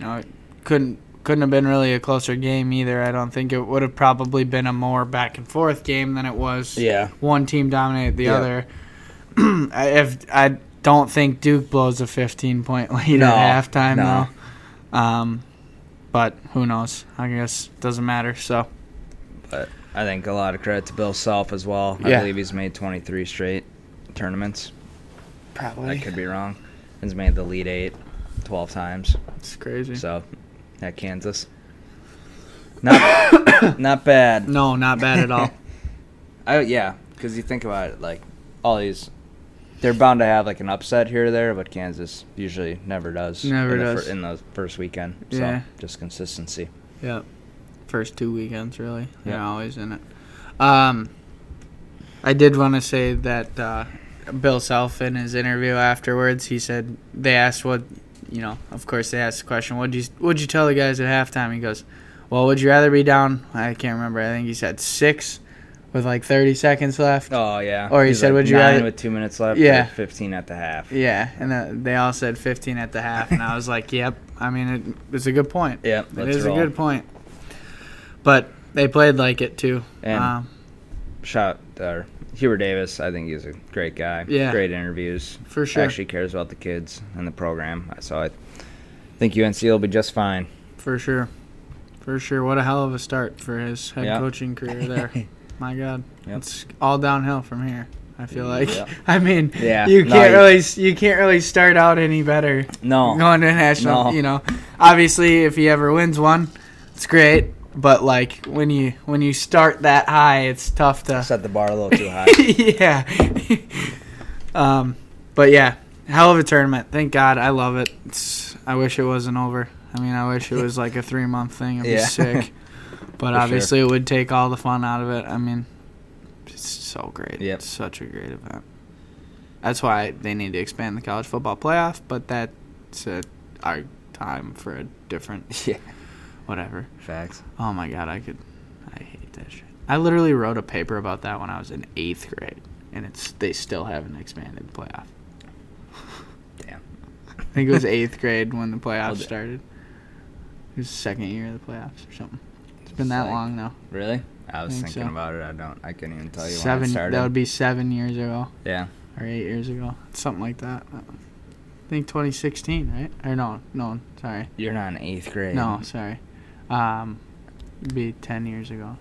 S1: know, it couldn't couldn't have been really a closer game either. I don't think it would have probably been a more back and forth game than it was.
S8: Yeah.
S1: one team dominated the
S8: Yeah.
S1: other. I, if I don't think Duke blows a 15 point lead
S8: No,
S1: at halftime
S8: no.
S1: though, um, but who knows? I guess doesn't matter. So
S8: I think a lot of credit to Bill Self as well. I
S1: Yeah.
S8: believe he's made 23 straight tournaments. I
S1: probably
S8: could be wrong. He's made the lead eight 12 times.
S1: it's crazy.
S8: So at Kansas, not not bad.
S1: No, not bad at all.
S8: Oh, I, yeah, because you think about it, like all these they're bound to have like an upset here or there, but Kansas usually never does.
S1: Never
S8: in the
S1: does.
S8: fir- in the first weekend. So
S1: Yeah.
S8: just consistency.
S1: Yep. First two weekends, really. They're
S8: Yeah.
S1: always in it. Um, I did want to say that uh, Bill Self in his interview afterwards, he said they asked what, you know, of course they asked the question, "Would you would you tell the guys at halftime?" He goes, "Well, would you rather be down?" I can't remember. I think he said six, with like thirty seconds left.
S8: Oh yeah.
S1: Or he said,
S8: like,
S1: "Would you
S8: nine
S1: rather-"
S8: with two minutes left?
S1: Yeah.
S8: or Fifteen at the half.
S1: Yeah, and uh, they all said fifteen at the half, and I was like, "Yep." I mean, it, it's a good point.
S8: Yep,
S1: it
S8: let's
S1: is
S8: roll.
S1: a good point. But they played like it too.
S8: And-
S1: um,
S8: Shout or Hubert Davis. I think he's a great guy.
S1: Yeah.
S8: Great interviews.
S1: For sure.
S8: Actually cares about the kids and the program. So I think UNC will be just fine.
S1: For sure. For sure. What a hell of a start for his head
S8: Yeah.
S1: coaching career there. My God.
S8: Yep.
S1: It's all downhill from here. I feel like
S8: Yep.
S1: I mean
S8: Yeah,
S1: you
S8: no,
S1: can't
S8: you-
S1: really you can't really start out any better
S8: No.
S1: going to a national
S8: No.
S1: you know obviously if he ever wins one it's great but like when you when you start that high it's tough to
S8: Set the bar a little too high.
S1: yeah. um, but yeah, hell of a tournament. Thank God, I love it. It's, I wish it wasn't over. I mean, I wish it was like a three month thing. It'd
S8: Yeah.
S1: be sick. But
S8: sure.
S1: obviously, it would take all the fun out of it. I mean, it's so great.
S8: Yep.
S1: It's such a great event. That's why they need to expand the college football playoff. But that's a, our time for a different
S8: yeah.
S1: whatever.
S8: Facts.
S1: Oh my god, I could. I hate that shit. I literally wrote a paper about that when I was in eighth grade, and it's they still haven't expanded the playoff.
S8: Damn.
S1: I think it was eighth grade when the playoffs
S8: d-
S1: started. It was the second year of the playoffs or something. It's been that
S8: Psych.
S1: long now.
S8: Really? I was
S1: Think
S8: thinking
S1: so.
S8: about it. I don't. I couldn't even tell you when
S1: Seven.
S8: it started.
S1: That would be seven years ago
S8: yeah.
S1: or eight years ago, something like that. I think 2016, right? Or no, no, sorry,
S8: You're not in eighth grade.
S1: no, sorry. Um, it'd be ten years ago,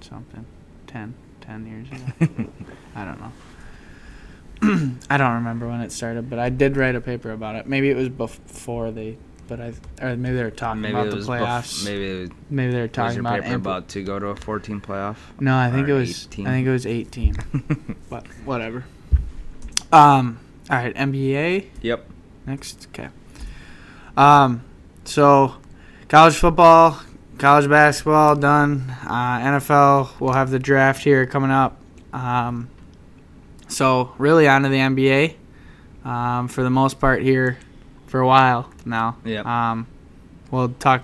S1: something. 10, 10 years ago. I don't know. I don't remember when it started, but I did write a paper about it. Maybe it was before they, but I or maybe they were talking
S8: Maybe
S1: about
S8: it
S1: the
S8: was. bef-
S1: playoffs. maybe,
S8: maybe it
S1: they were
S8: was
S1: talking
S8: your
S1: about,
S8: paper
S1: ampli-
S8: about to go to a 14 playoff.
S1: No, I think
S8: or
S1: it was.
S8: 18?
S1: I think it was eighteen, but whatever. Um. All right, NBA.
S8: Yep.
S1: Next, okay. Um, so college football, college basketball done. Uh, NFL, we'll have the draft here coming up. Um, so really onto the NBA. Um, for the most part here, for a while now.
S8: Yep.
S1: Um, we'll talk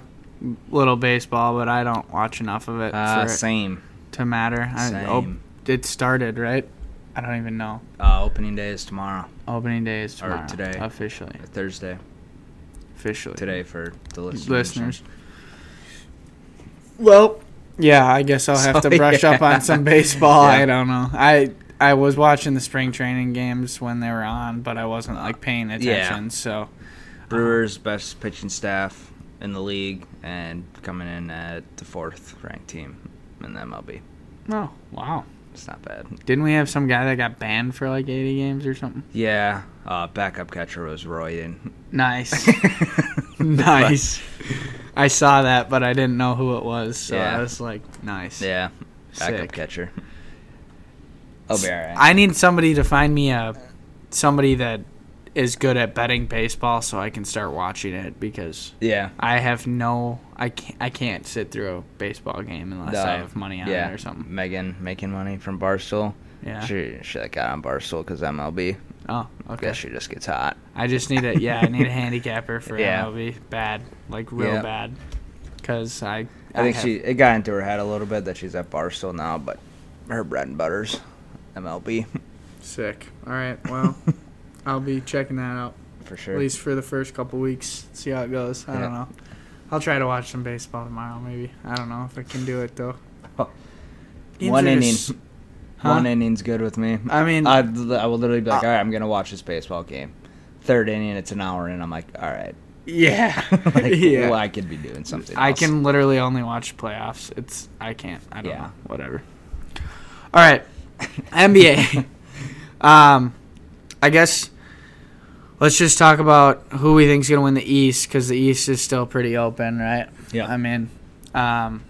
S1: little baseball, but I don't watch enough of it
S8: Uh,
S1: for it
S8: same.
S1: to matter. I, oh,
S8: same.
S1: it started right. I don't even know.
S8: Uh, opening day is tomorrow,
S1: Opening day is
S8: Or
S1: tomorrow.
S8: today.
S1: Officially.
S8: or Thursday.
S1: Officially.
S8: Today for the listeners.
S1: listeners. Well, yeah, I guess I'll have
S8: So,
S1: to brush up
S8: yeah.
S1: on some baseball.
S8: Yeah.
S1: I don't know. I I was watching the spring training games when they were on, but I wasn't like paying attention. So
S8: Brewers best pitching staff in the league, and coming in at the fourth ranked team in the MLB.
S1: oh wow,
S8: It's not bad.
S1: didn't we have some guy that got banned for like eighty games or something?
S8: Yeah. Uh, backup catcher was Royden.
S1: Nice, nice. I saw that, but I didn't know who it was, so
S8: Yeah.
S1: I was like, nice.
S8: Yeah. Backup
S1: Sick.
S8: catcher. I'll be all right.
S1: I need somebody to find me a somebody that is good at betting baseball so I can start watching it because
S8: yeah.
S1: I have no I can't I can't sit through a baseball game unless I
S8: Uh,
S1: have money on
S8: yeah,
S1: it or something.
S8: Megan making money from Barstool.
S1: Yeah.
S8: She, she like got on Barstool because MLB.
S1: Oh,
S8: I guess
S1: okay.
S8: she just gets hot.
S1: I just need a yeah, I need a handicapper for
S8: Yeah.
S1: MLB bad, like real
S8: Yeah.
S1: bad. Cuz I
S8: I think
S1: have-
S8: she it got into her head a little bit that she's at Barstool now, but her bread and butters MLB
S1: sick. All right. Well, I'll be checking that out.
S8: for sure.
S1: At least for the first couple weeks. See how it goes. I
S8: Yeah.
S1: don't know. I'll try to watch some baseball tomorrow, maybe. I don't know if I can do it though.
S8: Oh.
S1: Games
S8: One
S1: are
S8: inning.
S1: just-
S8: One
S1: Huh?
S8: inning's good with me. I,
S1: I mean, uh,
S8: li- I will literally be like, all right, I'm gonna watch this baseball game. Third inning, it's an hour in. I'm like, all right,
S1: yeah,
S8: like,
S1: yeah.
S8: well, I could be doing something.
S1: I
S8: else.
S1: can literally only watch playoffs. It's I can't. I don't
S8: Yeah.
S1: know. Whatever. All right, NBA. um, I guess let's just talk about who we think's gonna win the East because the East is still pretty open, right?
S8: Yeah.
S1: I mean, um,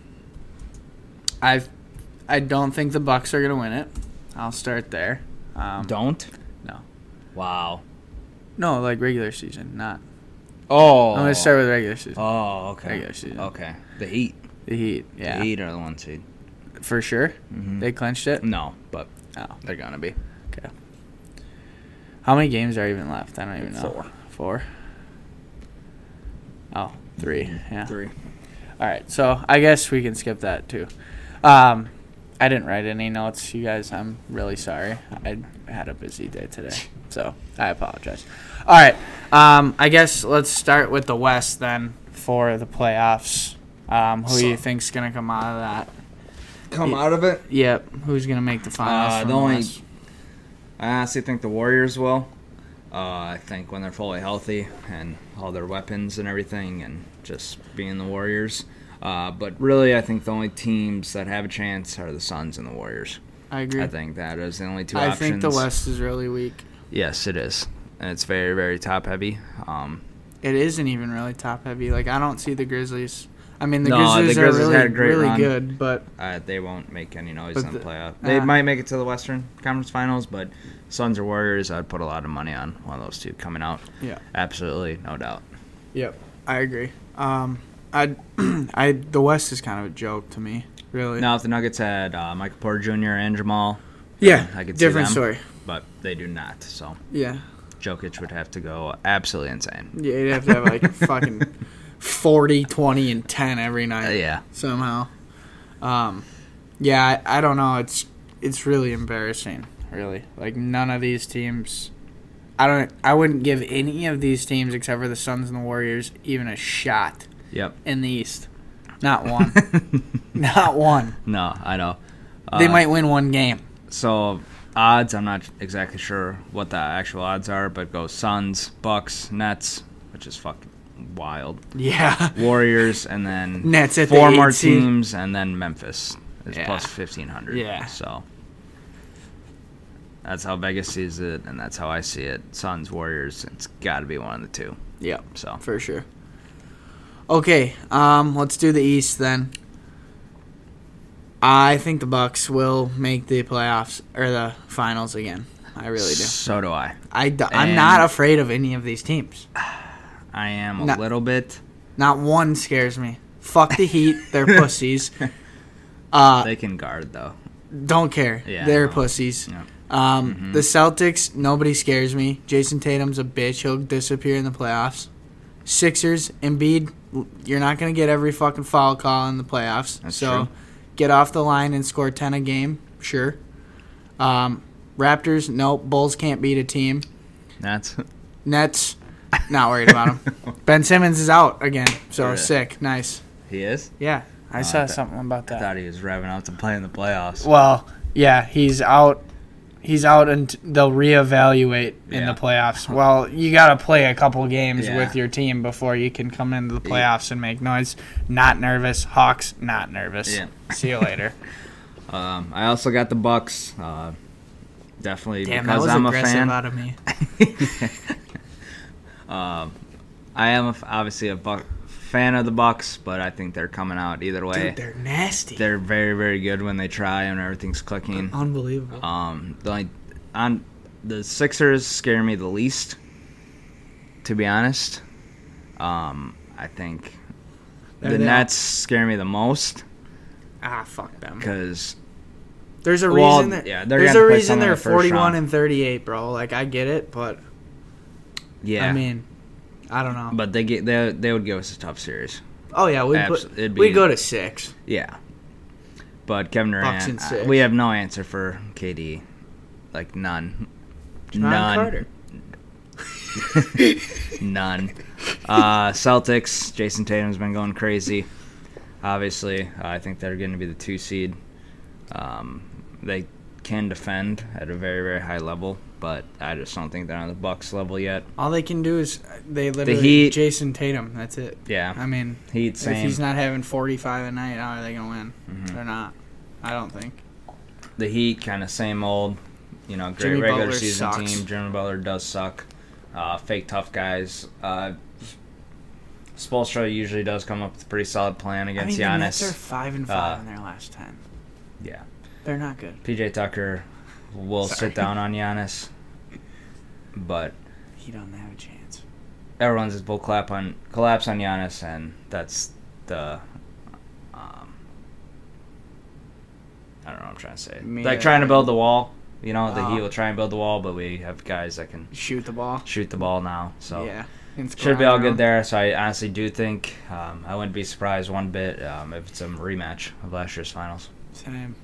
S1: I I don't think the Bucks are gonna win it. I'll start there. Um,
S8: Don't.
S1: No.
S8: Wow.
S1: No, like regular season, not.
S8: Oh.
S1: I'm gonna start with regular season.
S8: Oh, okay.
S1: Regular season.
S8: Okay. The Heat.
S1: The Heat, yeah,
S8: The Heat Mm-hmm. Mm. are the one seed.
S1: for sure. They clinched it.
S8: No, but
S1: Oh.
S8: they're gonna be.
S1: How many games are even left? I don't even know.
S8: Four.
S1: Four. Oh, three. Yeah.
S8: Mm-hmm. Three.
S1: All right, so I guess we can skip that too. Um, I didn't write any notes, you guys. I'm really sorry. I had a busy day today, so I apologize. All right, um, I guess let's start with the West then for the playoffs. Um, who do you think's gonna come out of that?
S8: Come out of it.
S1: Yep, who's gonna make the finals?
S8: Uh,
S1: from
S8: the only-
S1: West?
S8: I honestly think the Warriors will. Uh, I think when they're fully healthy and all their weapons and everything, and just being the Warriors. Uh, but really, I think the only teams that have a chance are the Suns and the Warriors.
S1: I agree.
S8: I think that is the only two
S1: I
S8: options.
S1: think the West is really weak.
S8: Yes, it is, and it's very, very top heavy. Um,
S1: It isn't even really top heavy. Like I don't see the Grizzlies. I mean, the
S8: No, the
S1: Grizzlies,
S8: Grizzlies
S1: are really,
S8: had a great
S1: really
S8: run.
S1: good, but
S8: uh, they won't make any noise
S1: But
S8: in the
S1: the-
S8: playoff. They
S1: uh,
S8: might make it to the Western Conference Finals, but Suns or Warriors, I'd put a lot of money on one of those two coming out.
S1: yeah.
S8: Absolutely, no doubt.
S1: Yep, I agree. Um, I, I, the West is kind of a joke to me, really.
S8: Now, if the Nuggets had uh, Michael Porter Jr. and Jamal,
S1: yeah,
S8: I could see
S1: different
S8: them.
S1: story.
S8: but they do not, so
S1: Yeah,
S8: Jokic would have to go absolutely insane.
S1: yeah, you'd have to have like fucking 40, 20, and ten every
S8: Uh,
S1: night
S8: yeah,
S1: somehow. Um, yeah, I, I don't know. It's it's really embarrassing, really. Like none of these teams. I don't. I wouldn't give any of these teams except for the Suns and the Warriors even a shot
S8: yep.
S1: in the East. Not one. Not one.
S8: No, I know.
S1: they might win one game.
S8: So odds, I'm not exactly sure what the actual odds are, but go Suns, Bucks, Nets, which is fucking wild.
S1: Yeah.
S8: Warriors, and then
S1: Nets at the
S8: four
S1: eight
S8: more
S1: seed.
S8: teams, and then Memphis is
S1: Yeah.
S8: plus fifteen hundred.
S1: Yeah.
S8: So that's how Vegas sees it, and that's how I see it. Suns, Warriors, it's got to be one of the two.
S1: Yep.
S8: So
S1: For sure. Okay, um, let's do the East then. I think the Bucks will make the playoffs or the finals again. I really do.
S8: so do I.
S1: I am
S8: And-
S1: not afraid of any of these teams.
S8: I am a
S1: No.
S8: little bit.
S1: Not one scares me. Fuck the Heat, they're pussies. Uh,
S8: They can guard though.
S1: don't care.
S8: Yeah,
S1: they're
S8: no.
S1: pussies.
S8: Yeah. Mm-hmm.
S1: Um, The Celtics, nobody scares me. Jason Tatum's a bitch. He'll disappear in the playoffs. Sixers, Embiid, l- you're not going to get every fucking foul call in the playoffs.
S8: That's
S1: so
S8: true.
S1: get off the line and score 10 a game, sure. Um, Raptors, nope. Bulls can't beat a team.
S8: That's
S1: Nets, not worried about him. ben Simmons is out again. So
S8: Yeah.
S1: sick. Nice.
S8: he is.
S1: Yeah. I saw
S8: Uh,
S1: something about
S8: I
S1: that.
S8: thought he was revving up to play in the playoffs.
S1: Well, yeah, he's out. He's out, and t- they'll reevaluate in
S8: Yeah.
S1: the playoffs. Well, you got to play a couple games
S8: Yeah.
S1: with your team before you can come into the playoffs and make noise. Not nervous, Hawks. Not nervous.
S8: Yeah.
S1: See you later.
S8: Um, I also got the Bucks. Uh, definitely
S1: Damn, that
S8: because
S1: was
S8: I'm a
S1: aggressive
S8: fan.
S1: out of me.
S8: I am a f obviously a Buck fan of the Bucks, but I think they're coming out either way.
S1: Dude, they're nasty.
S8: they're very very good when they try and everything's clicking.
S1: Uh-huh. unbelievable.
S8: Um, the only on the Sixers scare me the least, to be honest. Um, I think
S1: There
S8: the
S1: they are.
S8: Nets scare me the most
S1: ah, fuck them.
S8: because
S1: There's a
S8: Well,
S1: reason. That,
S8: yeah, they're
S1: there's
S8: gonna
S1: a
S8: play
S1: reason
S8: someone in
S1: they're
S8: the first
S1: 41
S8: round.
S1: and 38, bro. Like I get it, but
S8: yeah,
S1: I mean, I don't know.
S8: but they get they they would give us a tough series.
S1: oh yeah, we
S8: Abs-
S1: put
S8: it'd
S1: we
S8: be-
S1: go to six.
S8: Yeah. But Kevin
S1: Bucks in
S8: Durant,
S1: six.
S8: uh, we have no answer for KD. Like none.
S1: Ron
S8: none.
S1: Carter.
S8: None. Uh, Celtics, Jason Tatum's been going crazy. Obviously, uh, I think they're going to be the two seed. Um, they can defend at a very, very high level, but I just don't think they're on the Bucks level yet.
S1: All they can do is uh, they literally
S8: Heat-
S1: Jason Tatum. That's it.
S8: Yeah.
S1: I mean,
S8: Heat,
S1: if
S8: same. Mm-hmm.
S1: he's not having 45 a night, how are they gonna win? They're not. I don't think.
S8: the Heat, kind of same old, you know, great
S1: Jimmy
S8: regular
S1: Butler
S8: season
S1: sucks.
S8: team. Jimmy Butler does suck. Uh, fake tough guys. Uh, Spoelstra usually does come up with a pretty solid plan
S1: I
S8: against
S1: mean, the Nets are
S8: Giannis.
S1: five and five
S8: Uh,
S1: in their last ten.
S8: yeah,
S1: They're not good.
S8: PJ Tucker will
S1: Sorry.
S8: sit down on Giannis. But
S1: He doesn't have a chance.
S8: everyone's full clap on collapse on Giannis, and that's the. Um, I don't know. what I'm trying to say
S1: Me
S8: like
S1: either.
S8: trying to build the wall. You know, the
S1: Oh.
S8: Heat will try and build the wall, but we have guys that can
S1: Shoot the ball.
S8: shoot the ball now. So
S1: Yeah. And
S8: Oh. should be all
S1: Scarano.
S8: good there. So I honestly do think um, I wouldn't be surprised one bit um, if it's a rematch of last year's finals,
S1: Same.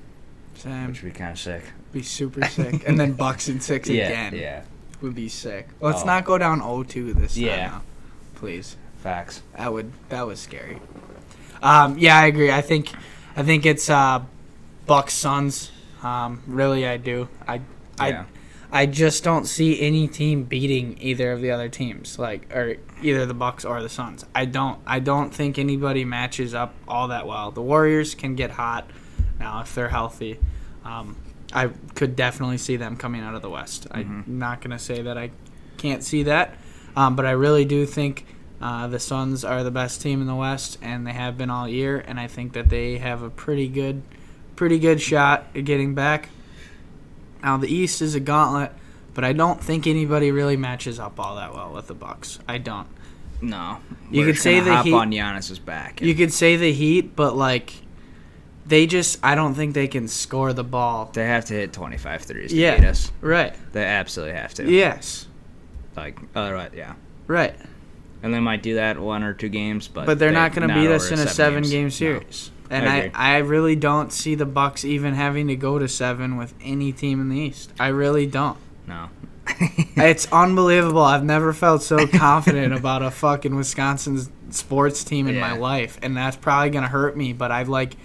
S1: Same.
S8: which would be kind of sick.
S1: Be super sick. and then Bucks in six
S8: yeah,
S1: again
S8: yeah,
S1: would be sick. Let's
S8: Oh.
S1: not go down 0-2 this time.
S8: Yeah.
S1: now, please.
S8: facts.
S1: That would that was scary. Um, yeah, I agree. I think I think it's uh, Bucks Suns. Um, really, I do. I I
S8: Yeah.
S1: I just don't see any team beating either of the other teams, like or either the Bucks or the Suns. I don't. I don't think anybody matches up all that well. The Warriors can get hot now if they're healthy. Um, I could definitely see them coming out of the West. I'm not gonna say that I can't see that, um, but I really do think uh, the Suns are the best team in the West, and they have been all year. And I think that they have a pretty good, pretty good shot at getting back. Now the East is a gauntlet, but I don't think anybody really matches up all that well with the Bucks. I don't.
S8: No,
S1: You
S8: We're
S1: could
S8: just
S1: say
S8: gonna
S1: the
S8: hop
S1: Heat-
S8: on Giannis's back.
S1: You could say the Heat, but like they just I don't think they can score the ball.
S8: they have to hit 25 threes to
S1: Yeah.
S8: beat us.
S1: Right.
S8: They absolutely have to.
S1: Yes.
S8: Like otherwise, yeah.
S1: Right.
S8: And they might do that one or two games, but
S1: But they're
S8: they-
S1: not going to beat
S8: over
S1: us in a seven
S8: seven
S1: game
S8: games. No.
S1: series. And
S8: I
S1: I,
S8: agree.
S1: I, really don't see the Bucks even having to go to seven with any team in the East. I really don't.
S8: No.
S1: it's unbelievable. I've never felt so confident about a fucking Wisconsin sports team in my
S8: Yeah.
S1: life, and that's probably gonna hurt me. But I like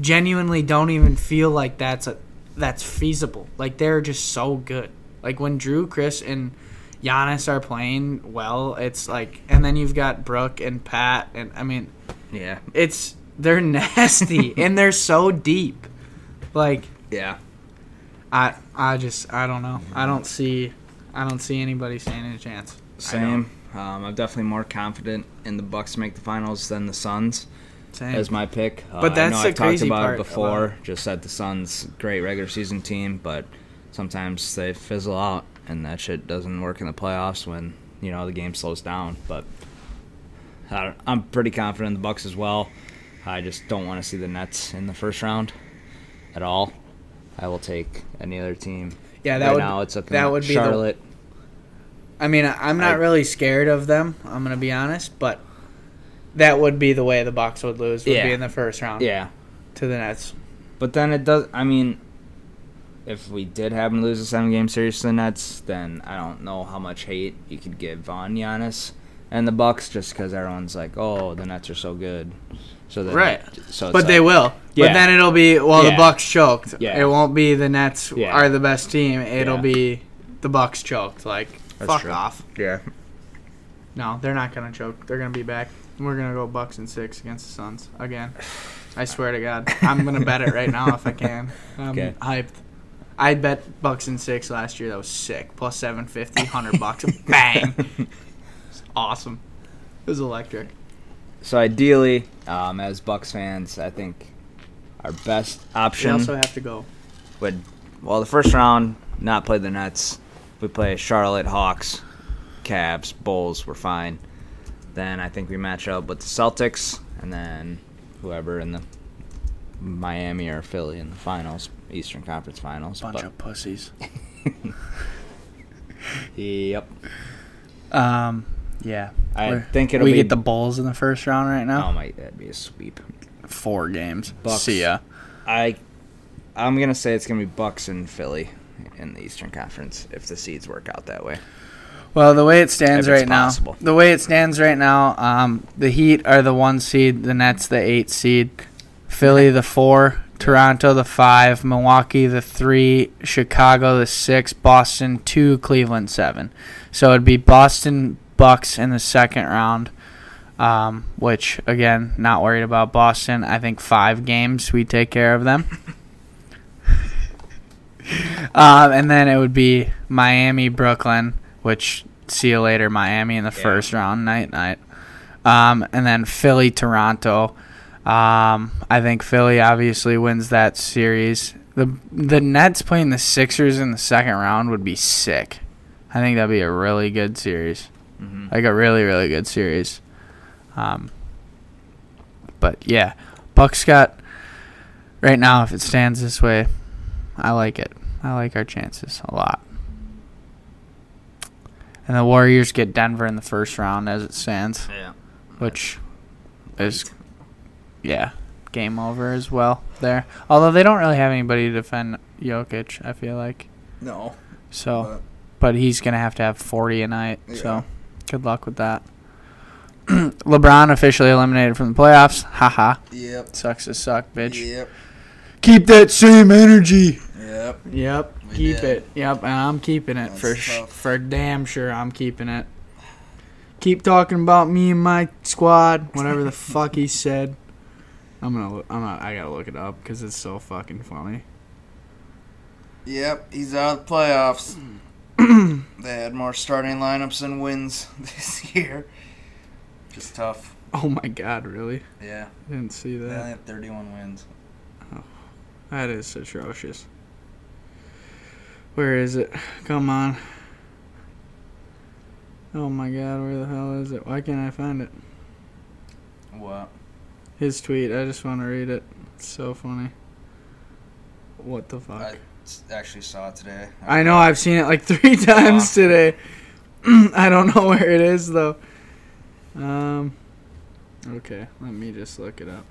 S1: genuinely don't even feel like that's a that's feasible. Like they're just so good. Like when Drew, Chris, and Giannis are playing well, it's like, and then you've got Brooke and Pat, and I mean,
S8: Yeah.
S1: it's they're nasty and they're so deep. Like
S8: Yeah.
S1: I I just I don't know. I don't see I don't see anybody standing a chance.
S8: Same. Um, I'm definitely more confident in the Bucks to make the finals than the Suns
S1: Same.
S8: as my pick. Uh,
S1: But that's
S8: I know
S1: the
S8: I've talked
S1: crazy
S8: about
S1: part
S8: it before. Just that the Suns great regular season team, but sometimes they fizzle out, and that shit doesn't work in the playoffs when you know the game slows down. But I don't- I'm pretty confident in the Bucks as well. I just don't want to see the Nets in the first round at all. I will take any other team.
S1: yeah, that
S8: right
S1: would
S8: now it's looking
S1: that
S8: like
S1: would be the
S8: Charlotte.
S1: I mean, I- I'm not
S8: I-
S1: really scared of them. I'm gonna be honest, but that would be the way the Bucks would lose. Would
S8: Yeah.
S1: be in the first round.
S8: yeah,
S1: To the Nets.
S8: But then it does. I mean, if we did happen to lose a seven-game series to the Nets, then I don't know how much hate you could give on Giannis and the Bucks, just because everyone's like, "Oh, the Nets are so good." So then,
S1: Right.
S8: So it's
S1: But they
S8: like-
S1: will. But
S8: Yeah.
S1: then it'll be well the
S8: Yeah.
S1: Bucks choked.
S8: Yeah.
S1: It won't be the Nets
S8: Yeah.
S1: are the best team. It'll
S8: Yeah.
S1: be the Bucks choked. Like
S8: That's
S1: fuck
S8: true.
S1: off.
S8: Yeah.
S1: No, they're not gonna choke. They're gonna be back. We're gonna go Bucks and six against the Suns again. I swear to God, I'm gonna bet it right now if I can. I'm
S8: Okay.
S1: hyped. I bet Bucks and six last year. That was sick. Plus 750, 100 bucks. Bang. It's awesome. It was electric.
S8: So ideally, um, as Bucks fans, I think our best
S1: We
S8: option
S1: also have to go.
S8: would, well, the first round, not play the Nets. We play Charlotte Hawks, Cavs, Bulls. We're fine. Then I think we match up with the Celtics, and then whoever in the Miami or Philly in the finals, Eastern Conference Finals.
S1: Bunch
S8: but-
S1: of pussies.
S8: Yep.
S1: Um, yeah.
S8: I
S1: We're-
S8: think it'll
S1: we
S8: be.
S1: get the Bulls in the first round right
S8: oh
S1: now.
S8: my, that'd be a sweep.
S1: Um, Four games.
S8: Bucks.
S1: See ya.
S8: I, I'm gonna say it's gonna be Bucks and Philly in the Eastern Conference if the seeds work out that way.
S10: Well, the way it stands
S8: If it's
S10: right now,
S8: possible.
S10: the way it stands right now, um, the Heat are the one seed, the Nets the eight seed, Philly the four, Toronto the five, Milwaukee the three, Chicago the six, Boston two, Cleveland seven. So it'd be Boston Bucks in the second round, um, which again, not worried about Boston. I think five games we take care of them. Um, and then it would be Miami, Brooklyn, which see you later, Miami in the first round, night night. Um, and then Philly, Toronto. Um, I think Philly obviously wins that series. The the Nets playing the Sixers in the second round would be sick.
S1: I think that'd be a really good series, like a really really good series. Um, but yeah, Bucks got right now. If it stands this way, I like it. I like our chances a lot. And the Warriors get Denver in the first round as it stands,
S8: Yeah.
S1: which is yeah, game over as well there. Although they don't really have anybody to defend Jokic, I feel like.
S8: No.
S1: So,
S8: But-
S1: but, he's gonna have to have forty a night.
S8: Yeah.
S1: So, good luck with that. LeBron officially eliminated from the playoffs. Haha.
S8: Yep.
S1: Sucks to suck, bitch.
S8: Yep.
S1: Keep that same energy.
S8: Yep.
S1: Yep.
S8: We
S1: keep
S8: did.
S1: it. Yep. And I'm keeping it for
S8: That's
S1: sh-
S8: tough.
S1: for damn sure. I'm keeping it. Keep talking about me and my squad. Whatever the fuck he said. I'm gonna. loo- I'm not. I gotta look it up because it's so fucking funny.
S8: Yep, he's out of the playoffs. they had more starting lineups and wins this year. Just tough.
S1: Oh my god! Really?
S8: Yeah,
S1: I didn't see that.
S8: they only had 31 wins.
S1: That is atrocious. Where is it? Come on. Oh my god, where the hell is it? Why can't I find it?
S8: What?
S1: His tweet, I just want to read it. It's so funny. What the fuck?
S8: I s- actually saw it today.
S1: I know I've seen it like three times today. I don't know where it is though. Um, okay, let me just look it up.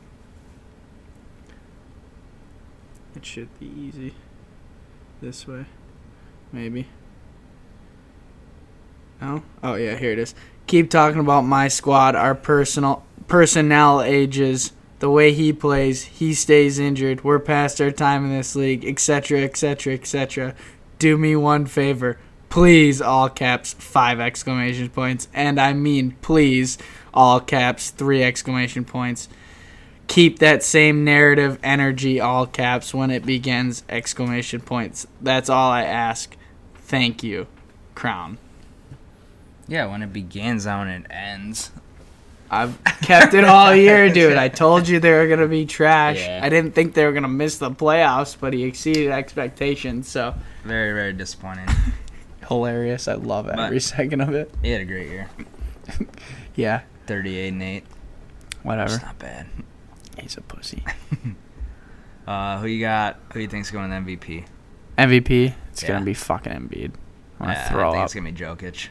S1: It should be easy. This way, maybe. No? Oh yeah, here it is. Keep talking about my squad, our personal personnel ages, the way he plays, he stays injured, we're past our time in this league, etc., etc., etc. Do me one favor, please, all caps, five exclamation points, and I mean please, all caps, three exclamation points. Keep that same narrative energy, all caps, when it begins, exclamation points. That's all I ask. Thank you, Crown.
S8: Yeah, when it begins, on it ends.
S1: I've kept it all year, dude. I told you they were gonna be trash.
S8: Yeah.
S1: I didn't think they were gonna miss the playoffs, but he exceeded expectations. So
S8: Very, very disappointing.
S1: hilarious! I love every
S8: But-
S1: second of it.
S8: he had a great year.
S1: Yeah,
S8: 38 and 8. It's
S1: whatever.
S8: not bad.
S1: He's a pussy.
S8: Uh, who you got? Who you think's going to MVP?
S1: MVP. It's
S8: Yeah.
S1: gonna be fucking Embiid. I'm gonna
S8: Yeah,
S1: throw
S8: I think
S1: up.
S8: it's gonna be Jokic,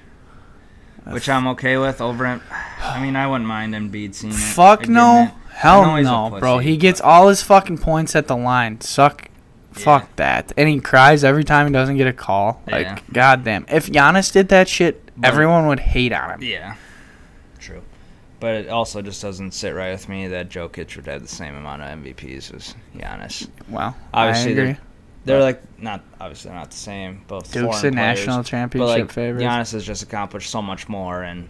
S8: which I'm okay with. Over, him. I mean, I wouldn't mind Embiid seeing it.
S1: Fuck
S8: Again,
S1: no.
S8: it- I know
S1: Hell
S8: he's a
S1: no, bro.
S8: pussy,
S1: He gets
S8: but-
S1: all his fucking points at the line. Suck. Fuck that. And he cries every time he doesn't get a call. Like,
S8: Yeah.
S1: goddamn. If Giannis did that shit, everyone would hate on him.
S8: Yeah, true. But it also just doesn't sit right with me that Jokic would have the same amount of MVPs as Giannis.
S1: Well,
S8: Obviously,
S1: I
S8: they're-
S1: agree.
S8: They're like not obviously not the same. Both
S1: Duke's
S8: foreign
S1: a national
S8: players,
S1: championship
S8: but like,
S1: favorite.
S8: Giannis has just accomplished so much more, and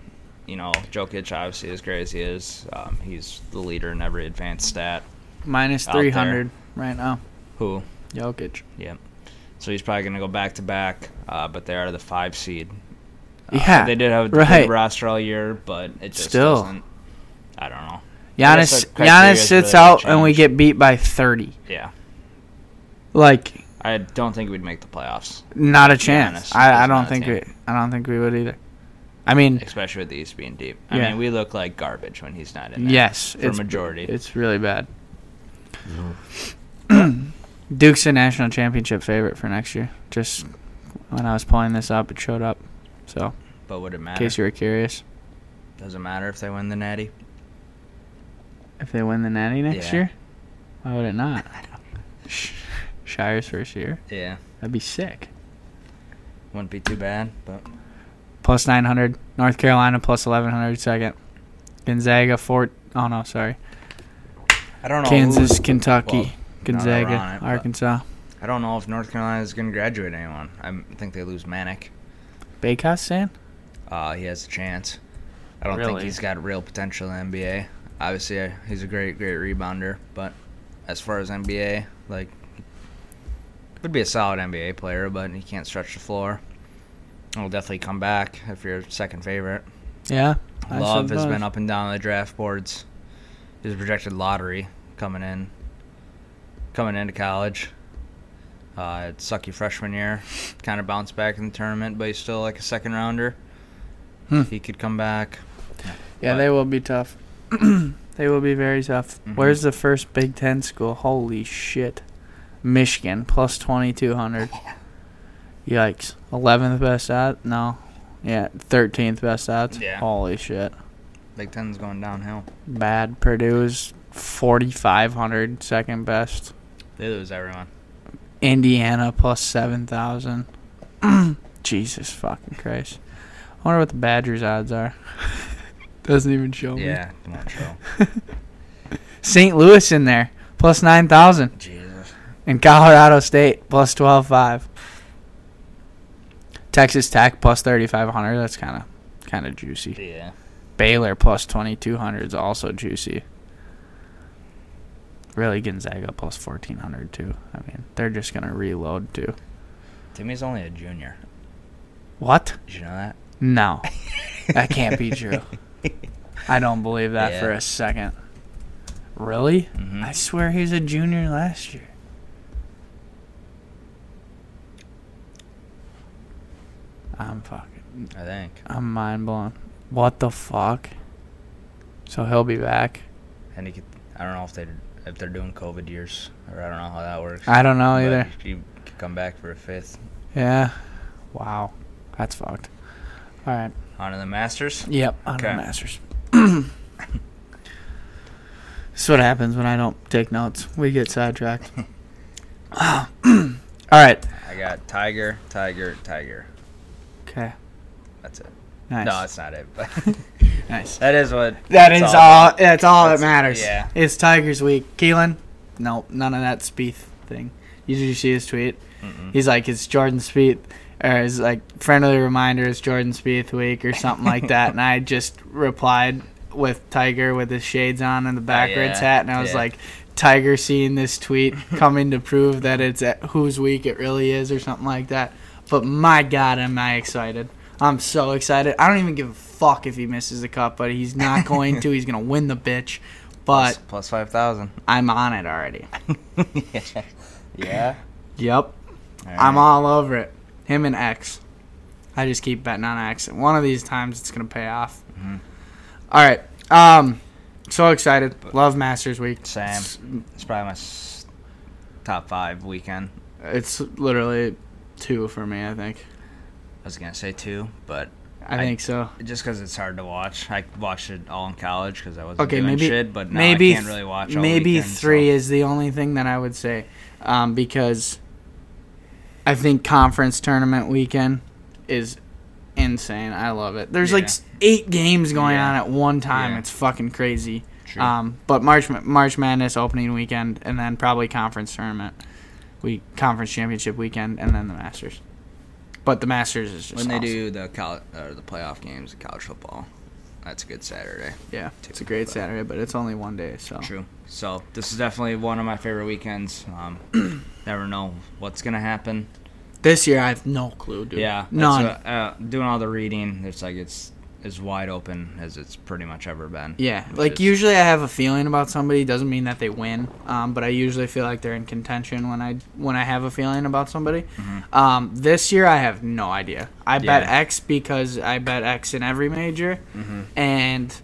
S8: you know Jokic obviously as great as he is, um, he's the leader in every advanced stat.
S1: Minus
S8: out there.
S1: 300 right now.
S8: Who
S1: Jokic.
S8: So he's probably going to go back to back, uh, but they are the five seed. Uh,
S1: yeah.
S8: They did have a
S1: right.
S8: good roster all year, but it just
S1: Still.
S8: doesn't. I don't know.
S1: Giannis,
S8: That's a criteria
S1: Giannis
S8: that's
S1: sits
S8: really
S1: out and we
S8: changed.
S1: get beat by 30.
S8: Yeah,
S1: Like,
S8: I don't think we'd make the playoffs,
S1: not a chance.
S8: Giannis
S1: I, I
S8: is not
S1: don't
S8: a
S1: think we.
S8: team.
S1: I don't think we would either. I mean,
S8: especially with the East being deep. I
S1: Yeah.
S8: mean, we look like garbage when he's not in there.
S1: yes,
S8: for
S1: it's
S8: majority.
S1: It's really bad. Duke's a national championship favorite for next year. Just when I was pulling this up, it showed up. So,
S8: but would it
S1: in
S8: matter?
S1: case you were curious,
S8: Does it matter if they win the Natty?
S1: if they win the Natty next
S8: Yeah.
S1: year, why would it not? Sh- Shire's first year.
S8: Yeah,
S1: That'd be sick.
S8: wouldn't be too bad. But
S1: Plus 900. North Carolina plus 1100 second. Gonzaga four oh no, sorry.
S8: I don't know.
S1: Kansas,
S8: who-
S1: Kentucky,
S8: well,
S1: Gonzaga,
S8: on it, but-
S1: Arkansas.
S8: I don't know if North Carolina is going to graduate anyone. I m- think they lose Manic.
S1: Bakehouse San?
S8: Uh, he has a chance. I don't think
S1: Really?
S8: he's got real potential in the NBA. Obviously, uh, he's a great, great rebounder, but as far as NBA, like, would be a solid NBA player, but he can't stretch the floor. He'll definitely come back if you're second favorite.
S1: Yeah. I
S8: Love has
S1: suppose.
S8: been up and down the draft boards. His projected lottery coming in, coming into college. Uh, had sucky freshman year, kind of bounced back in the tournament, but he's still like a second rounder.
S1: Hmm.
S8: He could come back.
S1: Yeah,
S8: But-
S1: they will be tough. they will be very tough.
S8: Mm-hmm.
S1: Where's the first Big Ten school? Holy shit. Michigan, plus 2,200. Yikes. 11th best out? No. Yeah, 13th best odds.
S8: Yeah.
S1: Holy shit.
S8: Big Ten's going downhill.
S1: Bad. Purdue's 4,500, second best.
S8: They lose everyone.
S1: Indiana plus 7,000. Jesus fucking Christ. I wonder what the Badgers' odds are. Doesn't even show me.
S8: Yeah, it won't show.
S1: St. Louis in there, plus 9,000.
S8: Jesus.
S1: And Colorado State, plus 12.5. Texas Tech, plus 3,500. That's kind of kind of juicy.
S8: Yeah.
S1: Baylor, plus 2,200 is also juicy. Really, Gonzaga, plus 1,400, too. I mean, they're just going to reload, too.
S8: Timmy's only a junior.
S1: What?
S8: Did you know that?
S1: No. that can't be true. I don't believe that
S8: Yeah. Mm-hmm.
S1: for a second. Really? I swear he was a junior last year. I'm fucking.
S8: I think.
S1: I'm mind blown. What the fuck? So he'll be back.
S8: And he could. I don't know if they if they're doing COVID years or I don't know how that works.
S1: I don't know
S8: But
S1: either.
S8: He could come back for a fifth.
S1: Yeah. Wow. That's fucked. All right.
S8: On to the Masters.
S1: Yep, on the
S8: Okay.
S1: Masters. this is what happens when I don't take notes. We get sidetracked. All right.
S8: I got Tiger, Tiger, Tiger.
S1: Okay.
S8: That's it.
S1: Nice.
S8: No, that's not it. But
S1: nice.
S8: that is what.
S1: That
S8: it's
S1: is all. That's all
S8: That's-
S1: that matters.
S8: yeah.
S1: It's Tigers week. Keelan, no, none of that Spieth thing. You did you see his tweet? He's like, it's Jordan Spieth, or it's like friendly reminder, it's Jordan Spieth week or something like that. And I just replied with Tiger with his shades on and the backwards
S8: yeah.
S1: hat, and I was
S8: Yeah.
S1: like. Tiger seeing this tweet coming to prove that it's at whose week it really is or something like that. But my God, am I excited! I'm so excited. I don't even give a fuck if he misses the cup, but he's not going to. He's gonna win the bitch. But
S8: Plus, plus five thousand.
S1: I'm on it already.
S8: Yeah.
S1: Yep, I'm all over it. Him and X. I just keep betting on X. And One of these times it's gonna pay off. All right. Um, so excited. Love Masters Week.
S8: Sam. It's probably my s- top five weekend.
S1: It's literally two for me. I think.
S8: I was gonna say two, but
S1: I, think so.
S8: just because it's hard to watch. I watched it all in college because I wasn't
S1: okay,
S8: doing
S1: maybe
S8: shit. But now
S1: maybe
S8: I can't really watch. All
S1: maybe
S8: weekend,
S1: three
S8: So.
S1: is the only thing that I would say, um, because I think conference tournament weekend is insane. I love it. There's like
S8: Yeah.
S1: s- eight games going
S8: Yeah.
S1: on at one time.
S8: Yeah.
S1: It's fucking crazy.
S8: True.
S1: Um, but March Ma- March Madness opening weekend, and then probably conference tournament, we conference championship weekend, and then the Masters. But the Masters is just
S8: when they
S1: awesome.
S8: do the col- or the playoff games of college football, that's a good Saturday.
S1: yeah, it's a great Saturday, but it's only one day, so
S8: True. So this is definitely one of my favorite weekends. Um, never know what's gonna happen.
S1: this year I have no clue, dude.
S8: Yeah. that's
S1: none.
S8: what- uh, doing all the reading, it's like it's as wide open as it's pretty much ever been.
S1: Yeah,
S8: which
S1: like
S8: is-
S1: usually I have a feeling about somebody doesn't mean that they win, um, but I usually feel like they're in contention when I when I have a feeling about somebody. Um, this year I have no idea. I bet
S8: Mm-hmm. Yeah.
S1: X because I bet X in every major,
S8: Mm-hmm.
S1: and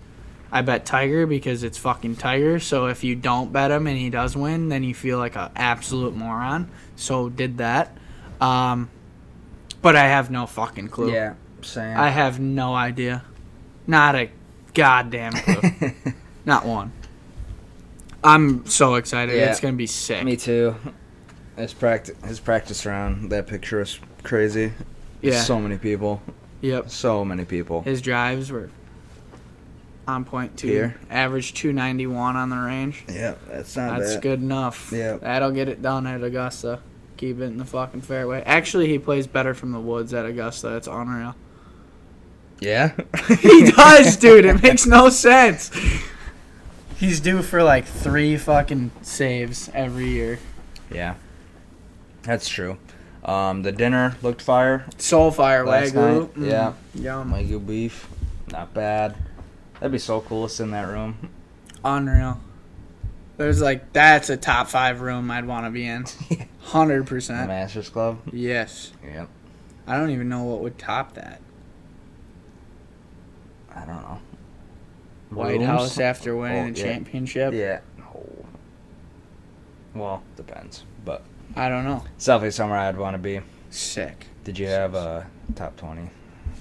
S1: I bet Tiger because it's fucking Tiger. So if you don't bet him and he does win, then you feel like an absolute moron. So did that, um, but I have no fucking clue.
S8: Yeah. Same.
S1: I have no idea. Not a goddamn clue. Not one. I'm so excited.
S8: Yeah.
S1: It's gonna be sick.
S8: Me too. His practice, his practice round. That picture was crazy.
S1: Yeah.
S8: So many people.
S1: Yep.
S8: So many people.
S1: His drives were on point two.
S8: Here.
S1: Average two ninety one on the range.
S8: Yeah, that's not
S1: That's good enough.
S8: Yeah.
S1: That'll get it done at Augusta. Keep it in the fucking fairway. Actually, he plays better from the woods at Augusta. It's unreal.
S8: Yeah.
S1: He does, dude. It makes no sense. He's due for like three fucking saves every year.
S8: yeah. That's true. Um, the dinner looked fire
S1: Soul Fire
S8: last
S1: Wagyu.
S8: night. Yeah.
S1: Mm, Yum.
S8: Wagyu beef, not bad. That'd be so cool to sit in that room.
S1: Unreal.
S11: There's like that's a top five room I'd want to be in. Hundred
S1: Uh,
S8: The
S11: percent.
S8: Masters Club.
S11: Yes.
S8: Yep.
S11: I don't even know what would top that.
S8: I don't know.
S11: White
S8: Rooms?
S11: House after winning
S8: Oh,
S11: the
S8: yeah.
S11: championship.
S8: Yeah. Oh. Well, depends. But
S11: I don't know.
S8: it's definitely somewhere I'd want to be.
S11: Sick.
S8: Did you have a top twenty,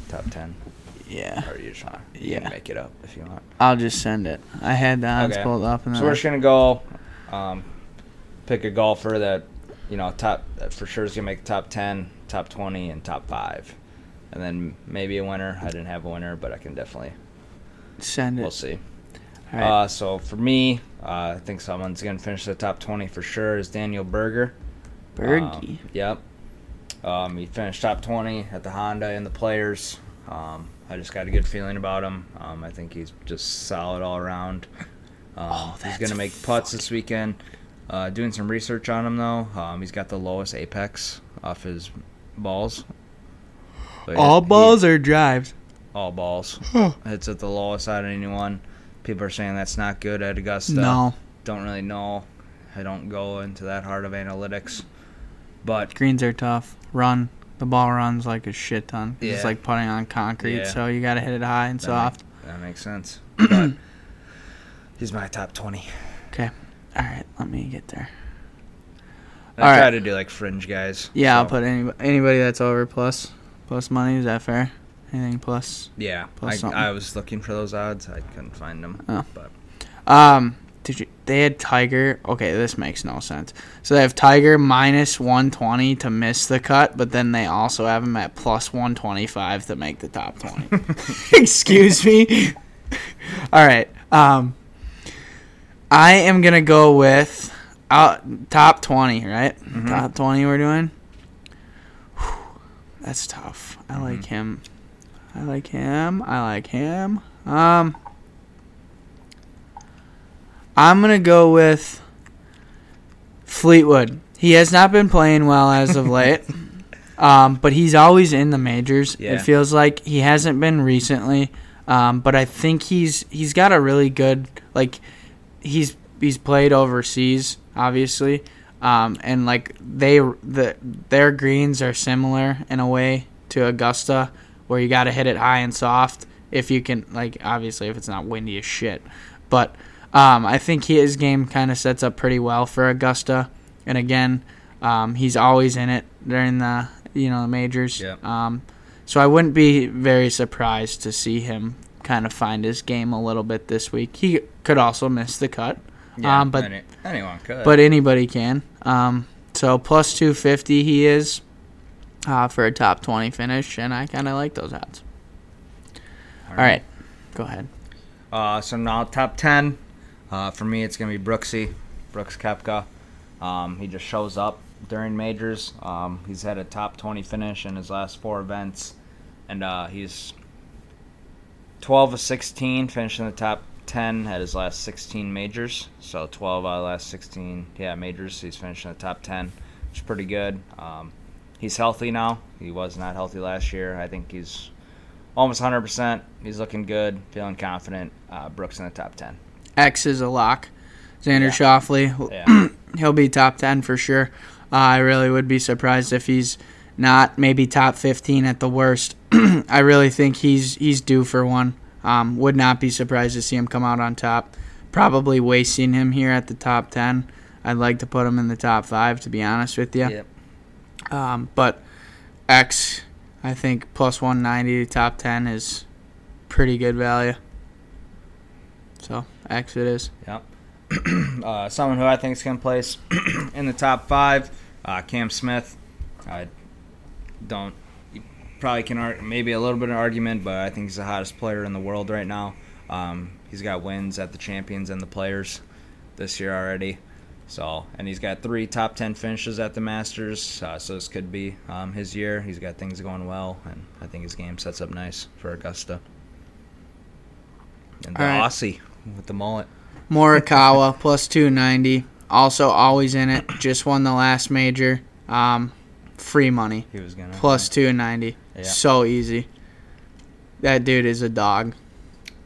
S8: top ten,
S11: Yeah.
S8: or you just want
S1: yeah.
S8: to make it up if you want?
S1: I'll just send it. I had the odds
S8: Okay.
S1: pulled up, and
S8: So
S1: then
S8: we're just gonna go, um, pick a golfer that you know top that for sure is gonna make top ten, top twenty, and top five, and then maybe a winner. I didn't have a winner, but I can definitely
S1: send
S8: we'll
S1: it.
S8: see.
S1: All right.
S8: Uh, so for me, uh, I think someone's gonna finish the top twenty for sure. Is Daniel Berger.
S1: Bergie.
S8: Um, yep. Um, he finished top 20 at the Honda and the Players. Um, I just got a good feeling about him. Um, I think he's just solid all around. Um,
S1: Oh,
S8: he's going to make putts this weekend. Uh, doing some research on him, though. Um, he's got the lowest apex off his balls. But
S1: All
S8: he-
S1: balls or drives?
S8: all balls. it's at the lowest out of anyone. People are saying that's not good at Augusta
S1: No.
S8: don't really know. I don't go into that hard of analytics. But
S1: Greens are tough. Run. The ball runs like a shit ton. It's
S8: Yeah.
S1: just like putting on concrete,
S8: Yeah.
S1: so you gotta hit it high and soft.
S8: that makes sense. But he's my top 20.
S1: Okay. All right. Let me get there.
S8: I
S1: All
S8: try
S1: right.
S8: to do like fringe guys.
S1: Yeah, I'll
S8: so-
S1: put any, anybody that's over plus plus money. Is that fair? Anything plus?
S8: Yeah,
S1: plus
S8: I,
S1: something.
S8: I was looking for those odds. I couldn't find them.
S1: Oh.
S8: But
S1: Um, did you? They had Tiger. Okay, this makes no sense. So they have Tiger minus one twenty to miss the cut, but then they also have him at plus one twenty five to make the top twenty. Excuse me. All right. Um, I am gonna go with uh, top twenty. Right, top twenty. We're doing. Whew, That's tough. I like him. I like him. I like him. Um. I'm gonna go with Fleetwood. He has not been playing well as of late, um, but he's always in the majors.
S8: Yeah.
S1: It feels like he hasn't been recently, um, but I think he's he's got a really good like he's he's played overseas obviously, um, and like they the their greens are similar in a way to Augusta, where you got to hit it high and soft if you can like obviously if it's not windy as shit, but um, I think he, his game kind of sets up pretty well for Augusta, and again, um, he's always in it during the you know the majors.
S8: Yep.
S1: Um, so I wouldn't be very surprised to see him kind of find his game a little bit this week. He could also miss the cut,
S8: yeah,
S1: um, but
S8: any- anyone could.
S1: but anybody can. Um, so plus two fifty he is uh, for a top twenty finish, and I kind of like those odds. All right. go ahead.
S8: Uh, so now top ten. Uh, for me, it's gonna be Brooksy, Brooks Kepka. Um, he just shows up during majors. Um, he's had a top 20 finish in his last four events, and uh, he's 12 of 16, finishing the top 10 at his last 16 majors. So 12 out of the last 16, yeah, majors. He's finishing the top 10, which is pretty good. Um, he's healthy now. He was not healthy last year. I think he's almost 100%. He's looking good, feeling confident. Uh, Brooks in the top 10.
S1: X is a lock. Xander Shoffley,
S8: Yeah.
S1: he'll be top 10 for sure. Uh, I really would be surprised if he's not maybe top 15 at the worst. I really think he's he's due for one. Um, would not be surprised to see him come out on top. Probably wasting him here at the top 10. I'd like to put him in the top 5 to be honest with you.
S8: Yep.
S1: Um, but X I think plus 190 to top 10 is pretty good value. So, X it is.
S8: Yep. uh, someone who I think is going to place in the top five, uh, Cam Smith. I don't you probably can argue, maybe a little bit of argument, but I think he's the hottest player in the world right now. Um, he's got wins at the Champions and the Players this year already. So, and he's got three top ten finishes at the Masters. Uh, so this could be um, his year. He's got things going well, and I think his game sets up nice for Augusta. And the
S1: All right.
S8: Aussie with the mullet.
S1: Morikawa plus 290. Also always in it. Just won the last major. Um, free money
S8: He was gonna
S1: plus 290.
S8: Yeah.
S1: So easy. That dude is a dog,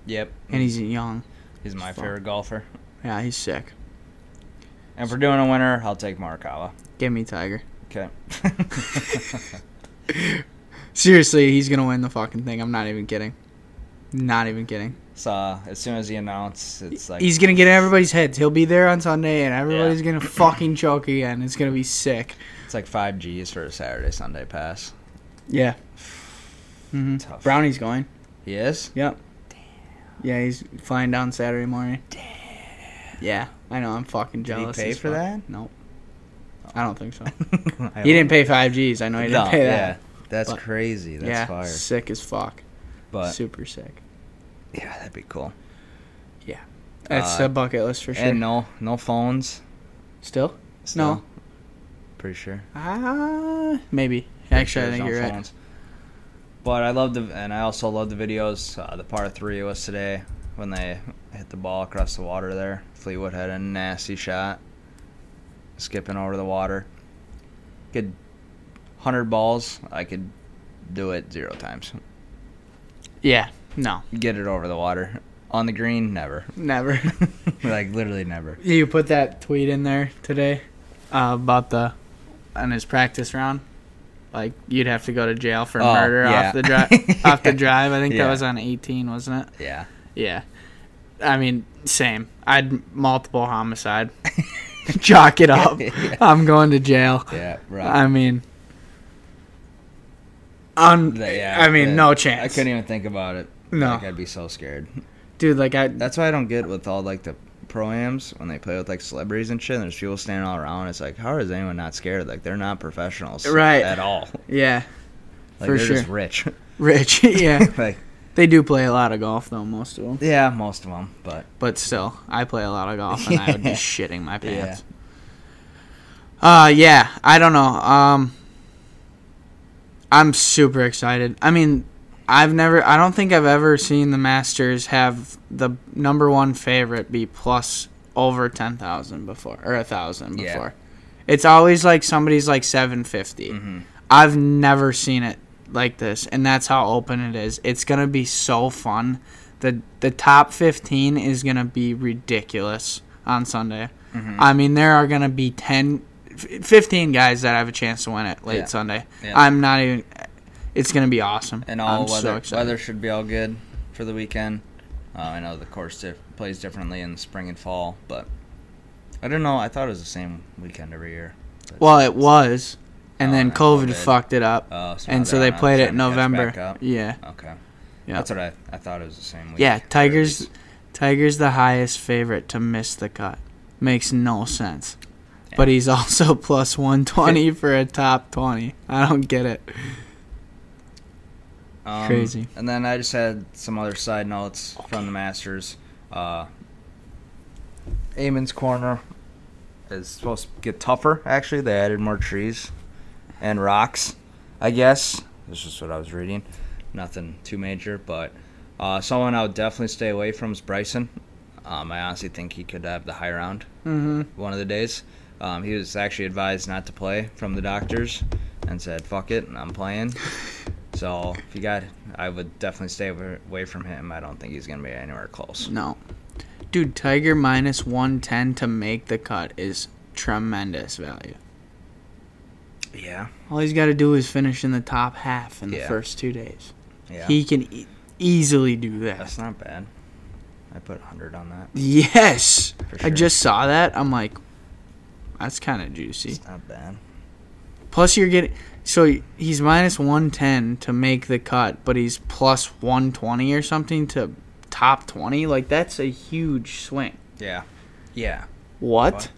S8: Yep,
S1: and he's young.
S8: he's my favorite golfer.
S1: Yeah, he's sick.
S8: If we're doing a winner, I'll take Morikawa.
S1: Give me Tiger.
S8: Okay.
S1: Seriously, he's gonna win the fucking thing. I'm not even kidding. Not even kidding.
S8: so uh, as soon as he announced, it's like
S1: He's gonna get in everybody's heads. He'll be there on Sunday, and everybody's gonna fucking choke again. It's gonna be sick.
S8: it's like five G's for a Saturday Sunday pass.
S1: Yeah,
S8: Tough.
S1: Brownie's going.
S8: He is.
S1: Yep. Yeah, he's flying down Saturday morning. Damn. Yeah, I know. I'm fucking
S8: he
S1: jealous.
S8: pay
S1: as
S8: for
S1: fuck.
S8: that?
S1: Nope. I don't think so.
S8: I
S1: he didn't pay five G's. I know he didn't
S8: No,
S1: pay
S8: yeah,
S1: that.
S8: that's
S1: But-
S8: crazy. That's
S1: yeah,
S8: fire.
S1: sick as fuck.
S8: But
S1: Super sick.
S8: yeah, that'd be cool.
S1: That's
S8: Uh,
S1: a bucket list for sure.
S8: And no, no phones.
S1: Still?
S8: Still.
S1: No.
S8: Pretty sure.
S1: Ah, maybe. Actually, I
S8: There's
S1: think
S8: no
S1: you're right.
S8: phones. But I love the, and I also love the videos. Uh, the par three was today when they hit the ball across the water there. Fleetwood had a nasty shot, skipping over the water. Could hundred balls, I could do it zero times.
S1: Yeah. No.
S8: Get it over the water. On the green, never.
S1: Never.
S8: like literally never.
S1: you put that tweet in there today uh, about the on his practice round. Like you'd have to go to jail for
S8: Oh,
S1: murder
S8: yeah.
S1: off the drive. off the drive. I think
S8: Yeah.
S1: that was on 18, wasn't it?
S8: Yeah.
S1: Yeah. I mean, same. I'd multiple homicide. Chalk it up. I'm going to jail.
S8: Yeah. Right.
S1: I mean, on.
S8: That- yeah,
S1: I mean,
S8: that-
S1: no
S8: I
S1: chance.
S8: couldn't even think about it.
S1: No.
S8: Like, I'd be so scared.
S1: dude. Like I.
S8: That's why I don't get with all like the pro-ams when they play with like celebrities and shit. And there's people standing all around. It's like, how is anyone not scared? Like they're not professionals,
S1: Right.
S8: At all.
S1: Yeah.
S8: Like
S1: For
S8: they're just
S1: sure.
S8: rich.
S1: Rich. yeah.
S8: like
S1: They do play a lot of golf though, most of them.
S8: yeah, most of them. But
S1: But still, I play a lot of golf, and I would be shitting my
S8: Yeah.
S1: pants. Uh, yeah, I don't know. Um, I'm super excited. I mean, I've never, I don't think I've ever seen the Masters have the number one favorite be plus over ten thousand before or a thousand
S8: Yeah.
S1: before. It's always like somebody's like seven
S8: Mm-hmm.
S1: I've never seen it like this, and that's how open it is. It's gonna be so fun. the The top fifteen is gonna be ridiculous on Sunday.
S8: Mm-hmm.
S1: I mean, there are gonna be 10, f- 15 guys that have a chance to win it late
S8: Yeah.
S1: Sunday.
S8: Yeah.
S1: I'm not even. It's gonna be awesome.
S8: and all
S1: I'm so
S8: weather
S1: excited.
S8: weather should be all good for the weekend. Uh, I know the course dif- plays differently in the spring and fall, but I don't know. I thought it was the same weekend every year. But-
S1: Well, it was, and
S8: Oh,
S1: then
S8: and then
S1: COVID,
S8: COVID.
S1: fucked it up,
S8: Oh, so now
S1: and so
S8: they're
S1: they
S8: on
S1: played it in
S8: trying to catch
S1: November.
S8: back up.
S1: Yeah,
S8: Okay.
S1: yeah.
S8: That's what I, I thought it was the same week.
S1: Yeah,
S8: or at
S1: Tiger's
S8: least-
S1: Tiger's the highest favorite to miss the cut. Makes no sense. But he's also plus 120 for a top 20. I don't get it.
S8: Um,
S1: crazy.
S8: And then I just had some other side notes from the Masters. Uh, Amon's Corner is supposed to get tougher, actually. They added more trees and rocks, I guess. This is what I was reading. Nothing too major, but uh, someone I would definitely stay away from is Bryson. Um, I honestly think he could have the high round one of the days. Um, he was actually advised not to play from the doctors and said, fuck it, I'm playing. So if you got, I would definitely stay away- away from him. I don't think he's gonna be anywhere close.
S1: No. Dude, Tiger minus 110 to make the cut is tremendous value.
S8: Yeah,
S1: All he's got to do is finish in the top half in the
S8: Yeah.
S1: first two days.
S8: yeah,
S1: He can e- easily do that.
S8: that's not bad. I put 100 on that.
S1: yes.
S8: For
S1: I
S8: sure.
S1: just saw that. I'm like that's kind of juicy.
S8: It's not bad.
S1: Plus, you're getting so he's minus one ten to make the cut, but he's plus one twenty or something to top twenty. Like that's a huge swing.
S8: Yeah, yeah.
S1: What?
S8: What?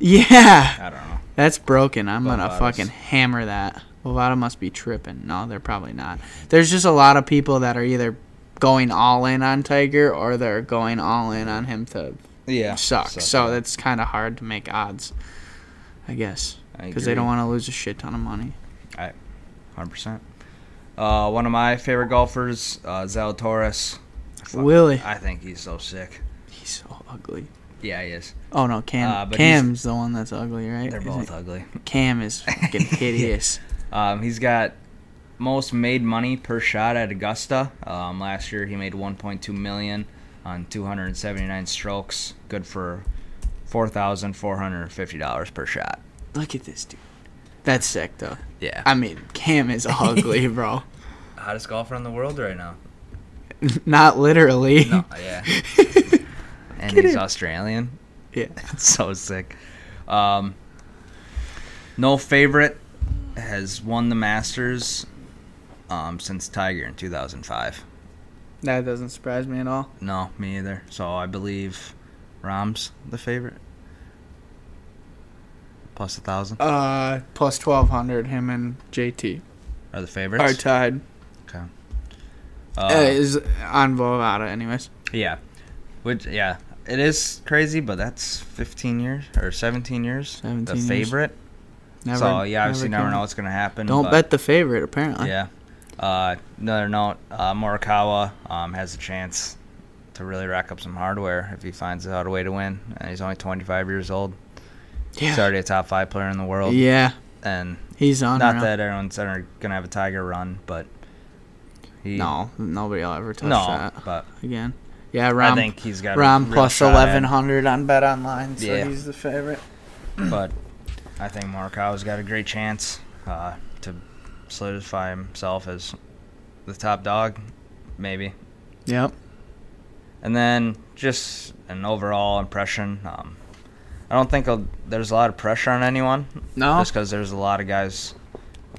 S1: Yeah,
S8: I don't know.
S1: that's broken. I'm gonna
S8: Bovatos.
S1: fucking hammer that. Bovada must be tripping. No, they're probably not. There's just a lot of people that are either going all in on Tiger or they're going all in on him to
S8: Yeah,
S1: suck. So that's kind of hard to make odds, I guess,
S8: I
S1: because they don't
S8: agree.
S1: want to lose a shit ton of money.
S8: 100. percent Uh, one of my favorite golfers, uh, Zalatoris.
S1: Willie,
S8: I think he's so sick.
S1: he's so ugly.
S8: Yeah, he is.
S1: Oh no, Cam.
S8: Uh, but he's-
S1: Cam's the one that's ugly, right?
S8: They're
S1: Is
S8: both
S1: it-
S8: ugly.
S1: Cam is fucking hideous.
S8: Um, he's got most made money per shot at Augusta. Um, last year he made 1.2 million on 279 strokes. Good for four thousand four hundred fifty dollars per shot.
S11: Look at this dude. That's sick though.
S8: Yeah,
S11: I mean, Cam is ugly, bro.
S8: hottest golfer in the world right now.
S11: Not literally.
S8: No, yeah, and he's Australian.
S11: Yeah.
S8: so sick. Um, no favorite has won the Masters um, since Tiger in 2005.
S11: That doesn't surprise me at all.
S8: No, me either. So I believe Rom's the favorite. Plus a thousand
S11: Uh, plus twelve hundred. Him and JT
S8: are
S11: are
S8: the favorites.
S11: tied.
S8: okay.
S11: Uh, is on Volvada, anyways.
S8: Yeah, which yeah, it is crazy, but that's 15 years or 17 years.
S11: 17
S8: the
S11: years.
S8: favorite.
S11: Never,
S8: so yeah, obviously never
S11: can-
S8: know what's gonna happen.
S11: Don't
S8: but-
S11: bet the favorite. Apparently.
S8: Yeah. Uh, another note: uh, Morikawa um, has a chance to really rack up some hardware if he finds out a way to win, and he's only 25 years old. He's
S11: Yeah.
S8: already a top five player in the world,
S11: Yeah.
S8: and
S11: He's on.
S8: not that everyone's ever gonna have a Tiger run, but he
S11: No, nobody will ever touch
S8: no,
S11: that
S8: but
S11: again. Yeah, Rom.
S8: I think he's got
S11: Rom
S8: a real
S11: plus
S8: shot at it,
S11: eleven hundred on Bet Online, so
S8: Yeah.
S11: he's the favorite.
S8: but I think Morikawa's got a great chance uh, to solidify himself as the top dog, maybe.
S11: Yep.
S8: And then just an overall impression. Um, I don't think a, there's a lot of pressure on anyone.
S11: No.
S8: Just because there's a lot of guys,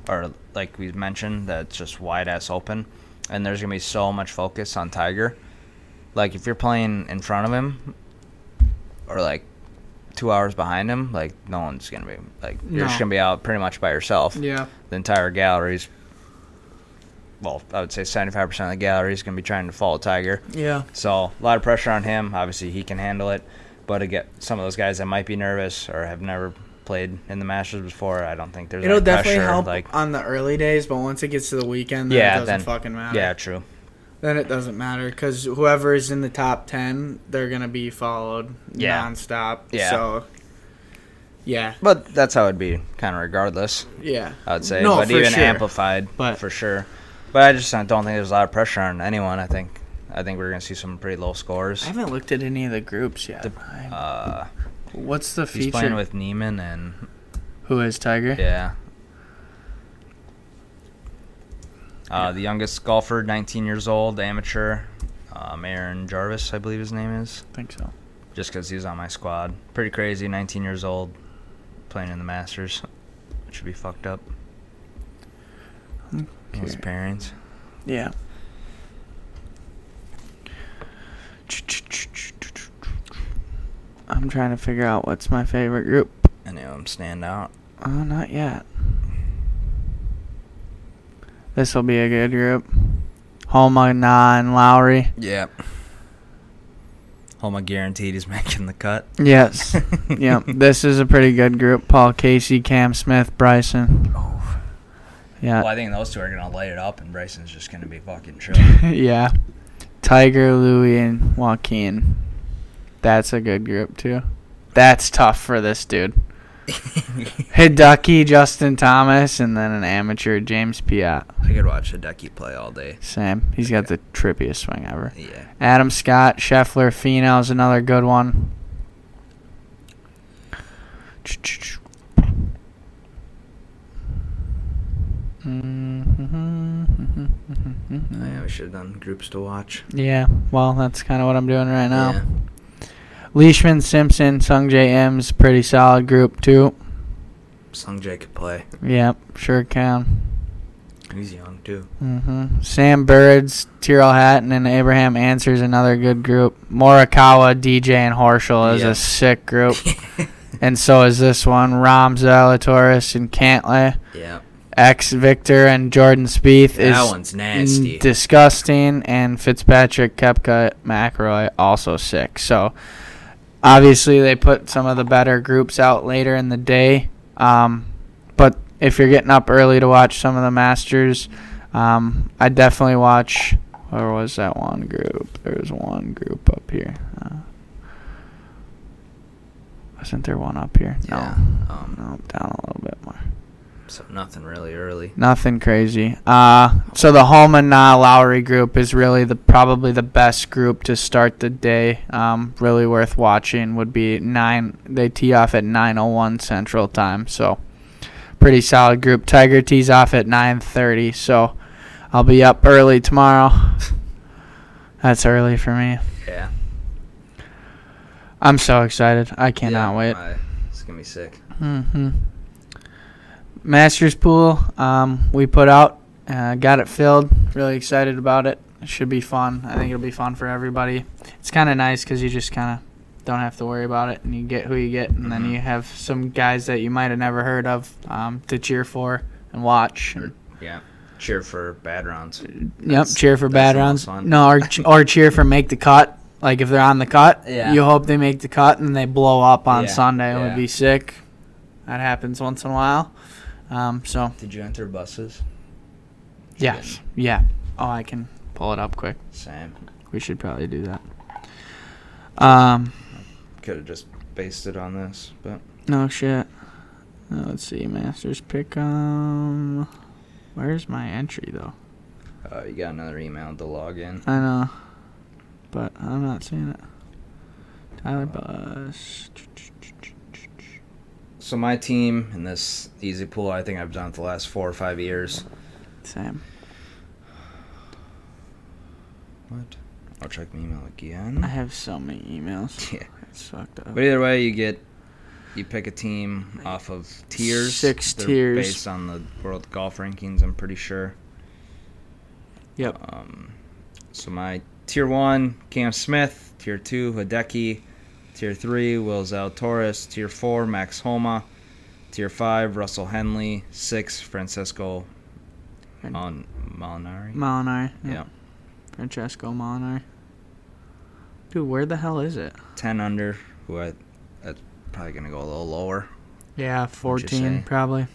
S8: or like we mentioned, that's just wide ass open. And there's going to be so much focus on Tiger. Like, if you're playing in front of him, or like two hours behind him, like, no one's going to be, like, you're just
S11: No.
S8: going to be out pretty much by yourself
S11: Yeah.
S8: the entire gallery's well, I would say 75% of the gallery is going to be trying to follow Tiger.
S11: Yeah.
S8: So, a lot of pressure on him. Obviously, he can handle it. But again, some of those guys that might be nervous or have never played in the Masters before, I don't think there's
S11: It'll
S8: any
S11: definitely
S8: pressure.
S11: help
S8: like,
S11: on the early days, but once it gets to the weekend, then it
S8: yeah,
S11: doesn't
S8: then
S11: fucking matter.
S8: yeah, true.
S11: Then it doesn't matter because whoever is in the top ten, they're gonna be followed
S8: Yeah.
S11: nonstop.
S8: Yeah.
S11: So. Yeah.
S8: But that's how it'd be, kind of regardless.
S11: Yeah.
S8: I would say,
S11: No,
S8: but
S11: for
S8: even
S11: sure.
S8: amplified,
S11: But-
S8: for sure. But I just don't think there's a lot of pressure on anyone. I think, I think we're going to see some pretty low scores.
S1: I haven't looked at any of the groups yet. I-
S8: Uh,
S1: What's the
S8: he's playing
S1: feature?
S8: with Neiman and
S1: Who is Tiger?
S8: Yeah. Uh, the youngest golfer, 19 years old, amateur, um, Aaron Jarvis, I believe his name is,
S1: I think so.
S8: just because he was on my squad. Pretty crazy, 19 years old, playing in the Masters. Should be fucked up. His parents.
S1: Yeah. I'm trying to figure out what's my favorite group.
S8: Any of them stand out?
S1: Oh, not yet. This will be a good group. Homa, Na, and Lowry.
S8: Yeah. Homa guaranteed he's making the cut.
S1: Yes. yeah, this is a pretty good group. Paul Casey, Cam Smith, Bryson.
S8: Well,
S1: Yeah,
S8: I think those two are going to light it up, and Bryson's just going to be fucking chill.
S1: yeah. Tiger, Louie, and Joaquin. That's a good group too. That's tough for this dude. Hideki, Justin Thomas, and then an amateur James Piat.
S8: I could watch Hideki play all day.
S1: Sam, he's got the trippiest swing ever.
S8: Yeah.
S1: Adam Scott, Scheffler, Finau's another good one.
S8: Oh,
S1: Mm-hmm.
S8: Yeah, we should have done groups to watch.
S1: Yeah, well, that's kind of what I'm doing right now.
S8: Yeah.
S1: Leishman, Simpson, Sung J M's pretty solid group too.
S8: Sungjae could play.
S1: Yep, sure can.
S8: He's young too.
S1: hmm Sam Birds, Tyrrell Hatton, and Abraham Answers another good group. Morikawa, DJ, and Horschel is
S8: Yeah.
S1: a sick group, and so is this one. Rom Zalatoris and Cantley,
S8: Yeah.
S1: ex Victor and Jordan Spieth is
S8: that one's nasty.
S1: Mm, disgusting, and Fitzpatrick, Kepka, McElroy also sick. So obviously they put some of the better groups out later in the day. Um, but if you're getting up early to watch some of the Masters, um, I definitely watch. Where was that one group? There was one group up here. Uh, wasn't there one up here?
S8: yeah.
S1: No.
S8: Um,
S1: No, down a little bit more.
S8: So nothing really early.
S1: Nothing crazy. Uh, so the Holman Na Lowry group is really the probably the best group to start the day. Um, really worth watching would be nine. They tee off at nine oh one Central Time, so pretty solid group. Tiger tees off at nine thirty, so I'll be up early tomorrow. That's early for me.
S8: Yeah.
S1: I'm so excited. I cannot
S8: yeah,
S1: wait.
S8: I- it's gonna be sick.
S1: hmm Masters pool, um, we put out, uh, got it filled. Really excited about it. It should be fun. I think it'll be fun for everybody. It's kind of nice because you just kind of don't have to worry about it, and you get who you get, and then
S8: Mm-hmm.
S1: you have some guys that you might have never heard of um, to cheer for and watch. and-
S8: Yeah. Cheer for bad rounds.
S1: yep, cheer for bad
S8: the
S1: rounds.
S8: most fun.
S1: No, or ch- or cheer for make the cut. Like if they're on the cut,
S8: Yeah.
S1: you hope they make the cut and they blow up on
S8: Yeah,
S1: Sunday. It
S8: yeah.
S1: would be sick. That happens once in a while. Um, so
S8: Did you enter buses?
S1: Yes. Yeah. Oh, I can pull it up quick.
S8: Same.
S1: We should probably do that. Um.
S8: Could have just based it on this, but
S1: No shit. Uh, let's see. Masters pick. Um. Where's my entry though?
S8: uh, you got another email to log in.
S1: I know, but I'm not seeing it. Tyler Bus.
S8: So my team in this easy pool, I think I've done it the last four or five years.
S1: Same.
S8: What? I'll check my email
S1: I
S8: again.
S1: have so many emails.
S8: Yeah.
S1: It's fucked up.
S8: But either way, you get you pick a team off of tiers.
S1: Six tiers.
S8: based on the world golf rankings. I'm pretty sure.
S1: Yep.
S8: So my tier one, Cam Smith. Tier two, Hideki. Tier three, Will Zalatoris. Tier four, Max Homa. Tier five, Russell Henley. Six, Francesco Mon- Molinari.
S1: Molinar.
S8: yeah.
S1: Francesco Molinar. Dude, where the hell is it?
S8: Ten under, who I that's probably gonna go a little lower.
S1: Yeah,
S8: you say?
S1: 14 probably.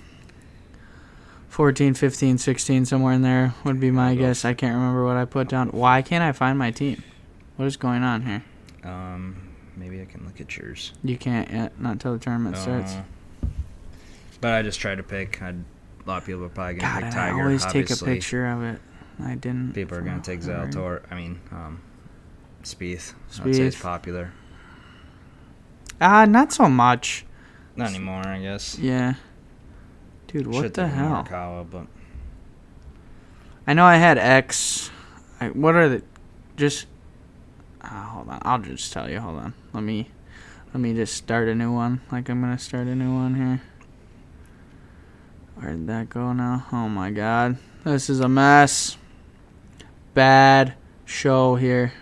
S1: 14, 15, 16, somewhere in there would be my guess. I can't remember what I put down. Why can't I find my team? What is going on here?
S8: Um maybe I can look at yours.
S1: You can't yet, not till the tournament starts.
S8: Uh, but I just tried to pick. I'd, a lot of people are probably gonna
S1: God,
S8: pick
S1: I
S8: Tiger.
S1: always take a
S8: obviously.
S1: picture of it. I didn't.
S8: People are gonna
S1: for
S8: take
S1: whatever.
S8: Zaltor. I mean, um, Spieth. I'd say it's
S1: Spieth.
S8: popular.
S1: Ah, not so much.
S8: Not anymore, I guess.
S1: Yeah. Dude, what
S8: Should've
S1: the
S8: taken
S1: hell?
S8: Morikawa, but
S1: I know I had X. I, what are the? Just uh, hold on. I'll just tell you. Hold on. Let me let me just start a new one. Like I'm gonna start a new one here. Where did that go now? Oh my god, this is a mess. Bad show here.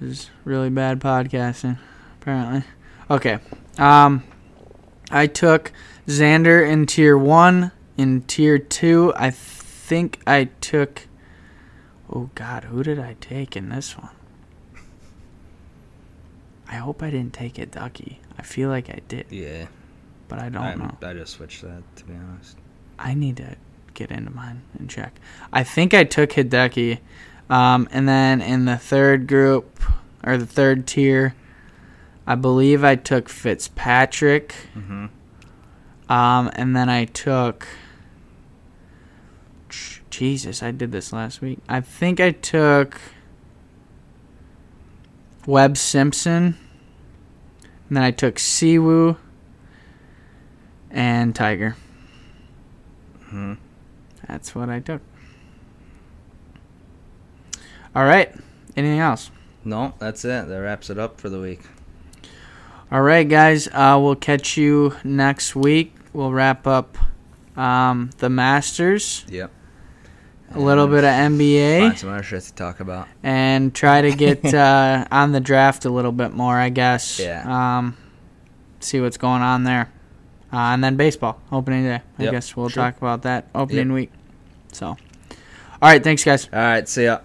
S1: this is really bad podcasting, apparently. Okay. Um, I took Xander in tier one. In tier two, I think I took. Oh God, who did I take in this one? I hope I didn't take a ducky. I feel like I did,
S8: yeah,
S1: but I don't
S8: I,
S1: know.
S8: I just switched that to be honest.
S1: I need to get into mine and check. I think I took Hideki. Um, and then in the third group, or the third tier, I believe I took Fitzpatrick. Um, and then I took. Jesus, I did this last week. I think I took Webb Simpson. And then I took Siwoo and Tiger. That's what I took. All right. Anything else?
S8: No, that's it. That wraps it up for the week.
S1: All right, guys. Uh, we'll catch you next week. We'll wrap up um, the Masters,
S8: Yep.
S1: a little bit of
S8: Find
S1: NBA,
S8: some other shit to talk about.
S1: and try to get uh, on the draft a little bit more, I guess.
S8: Yeah.
S1: Um, see what's going on there. Uh, and then baseball, opening day. I
S8: Yep,
S1: guess we'll
S8: sure.
S1: talk about that opening
S8: Yep.
S1: week. So, all right. Thanks, guys.
S8: All right, see ya.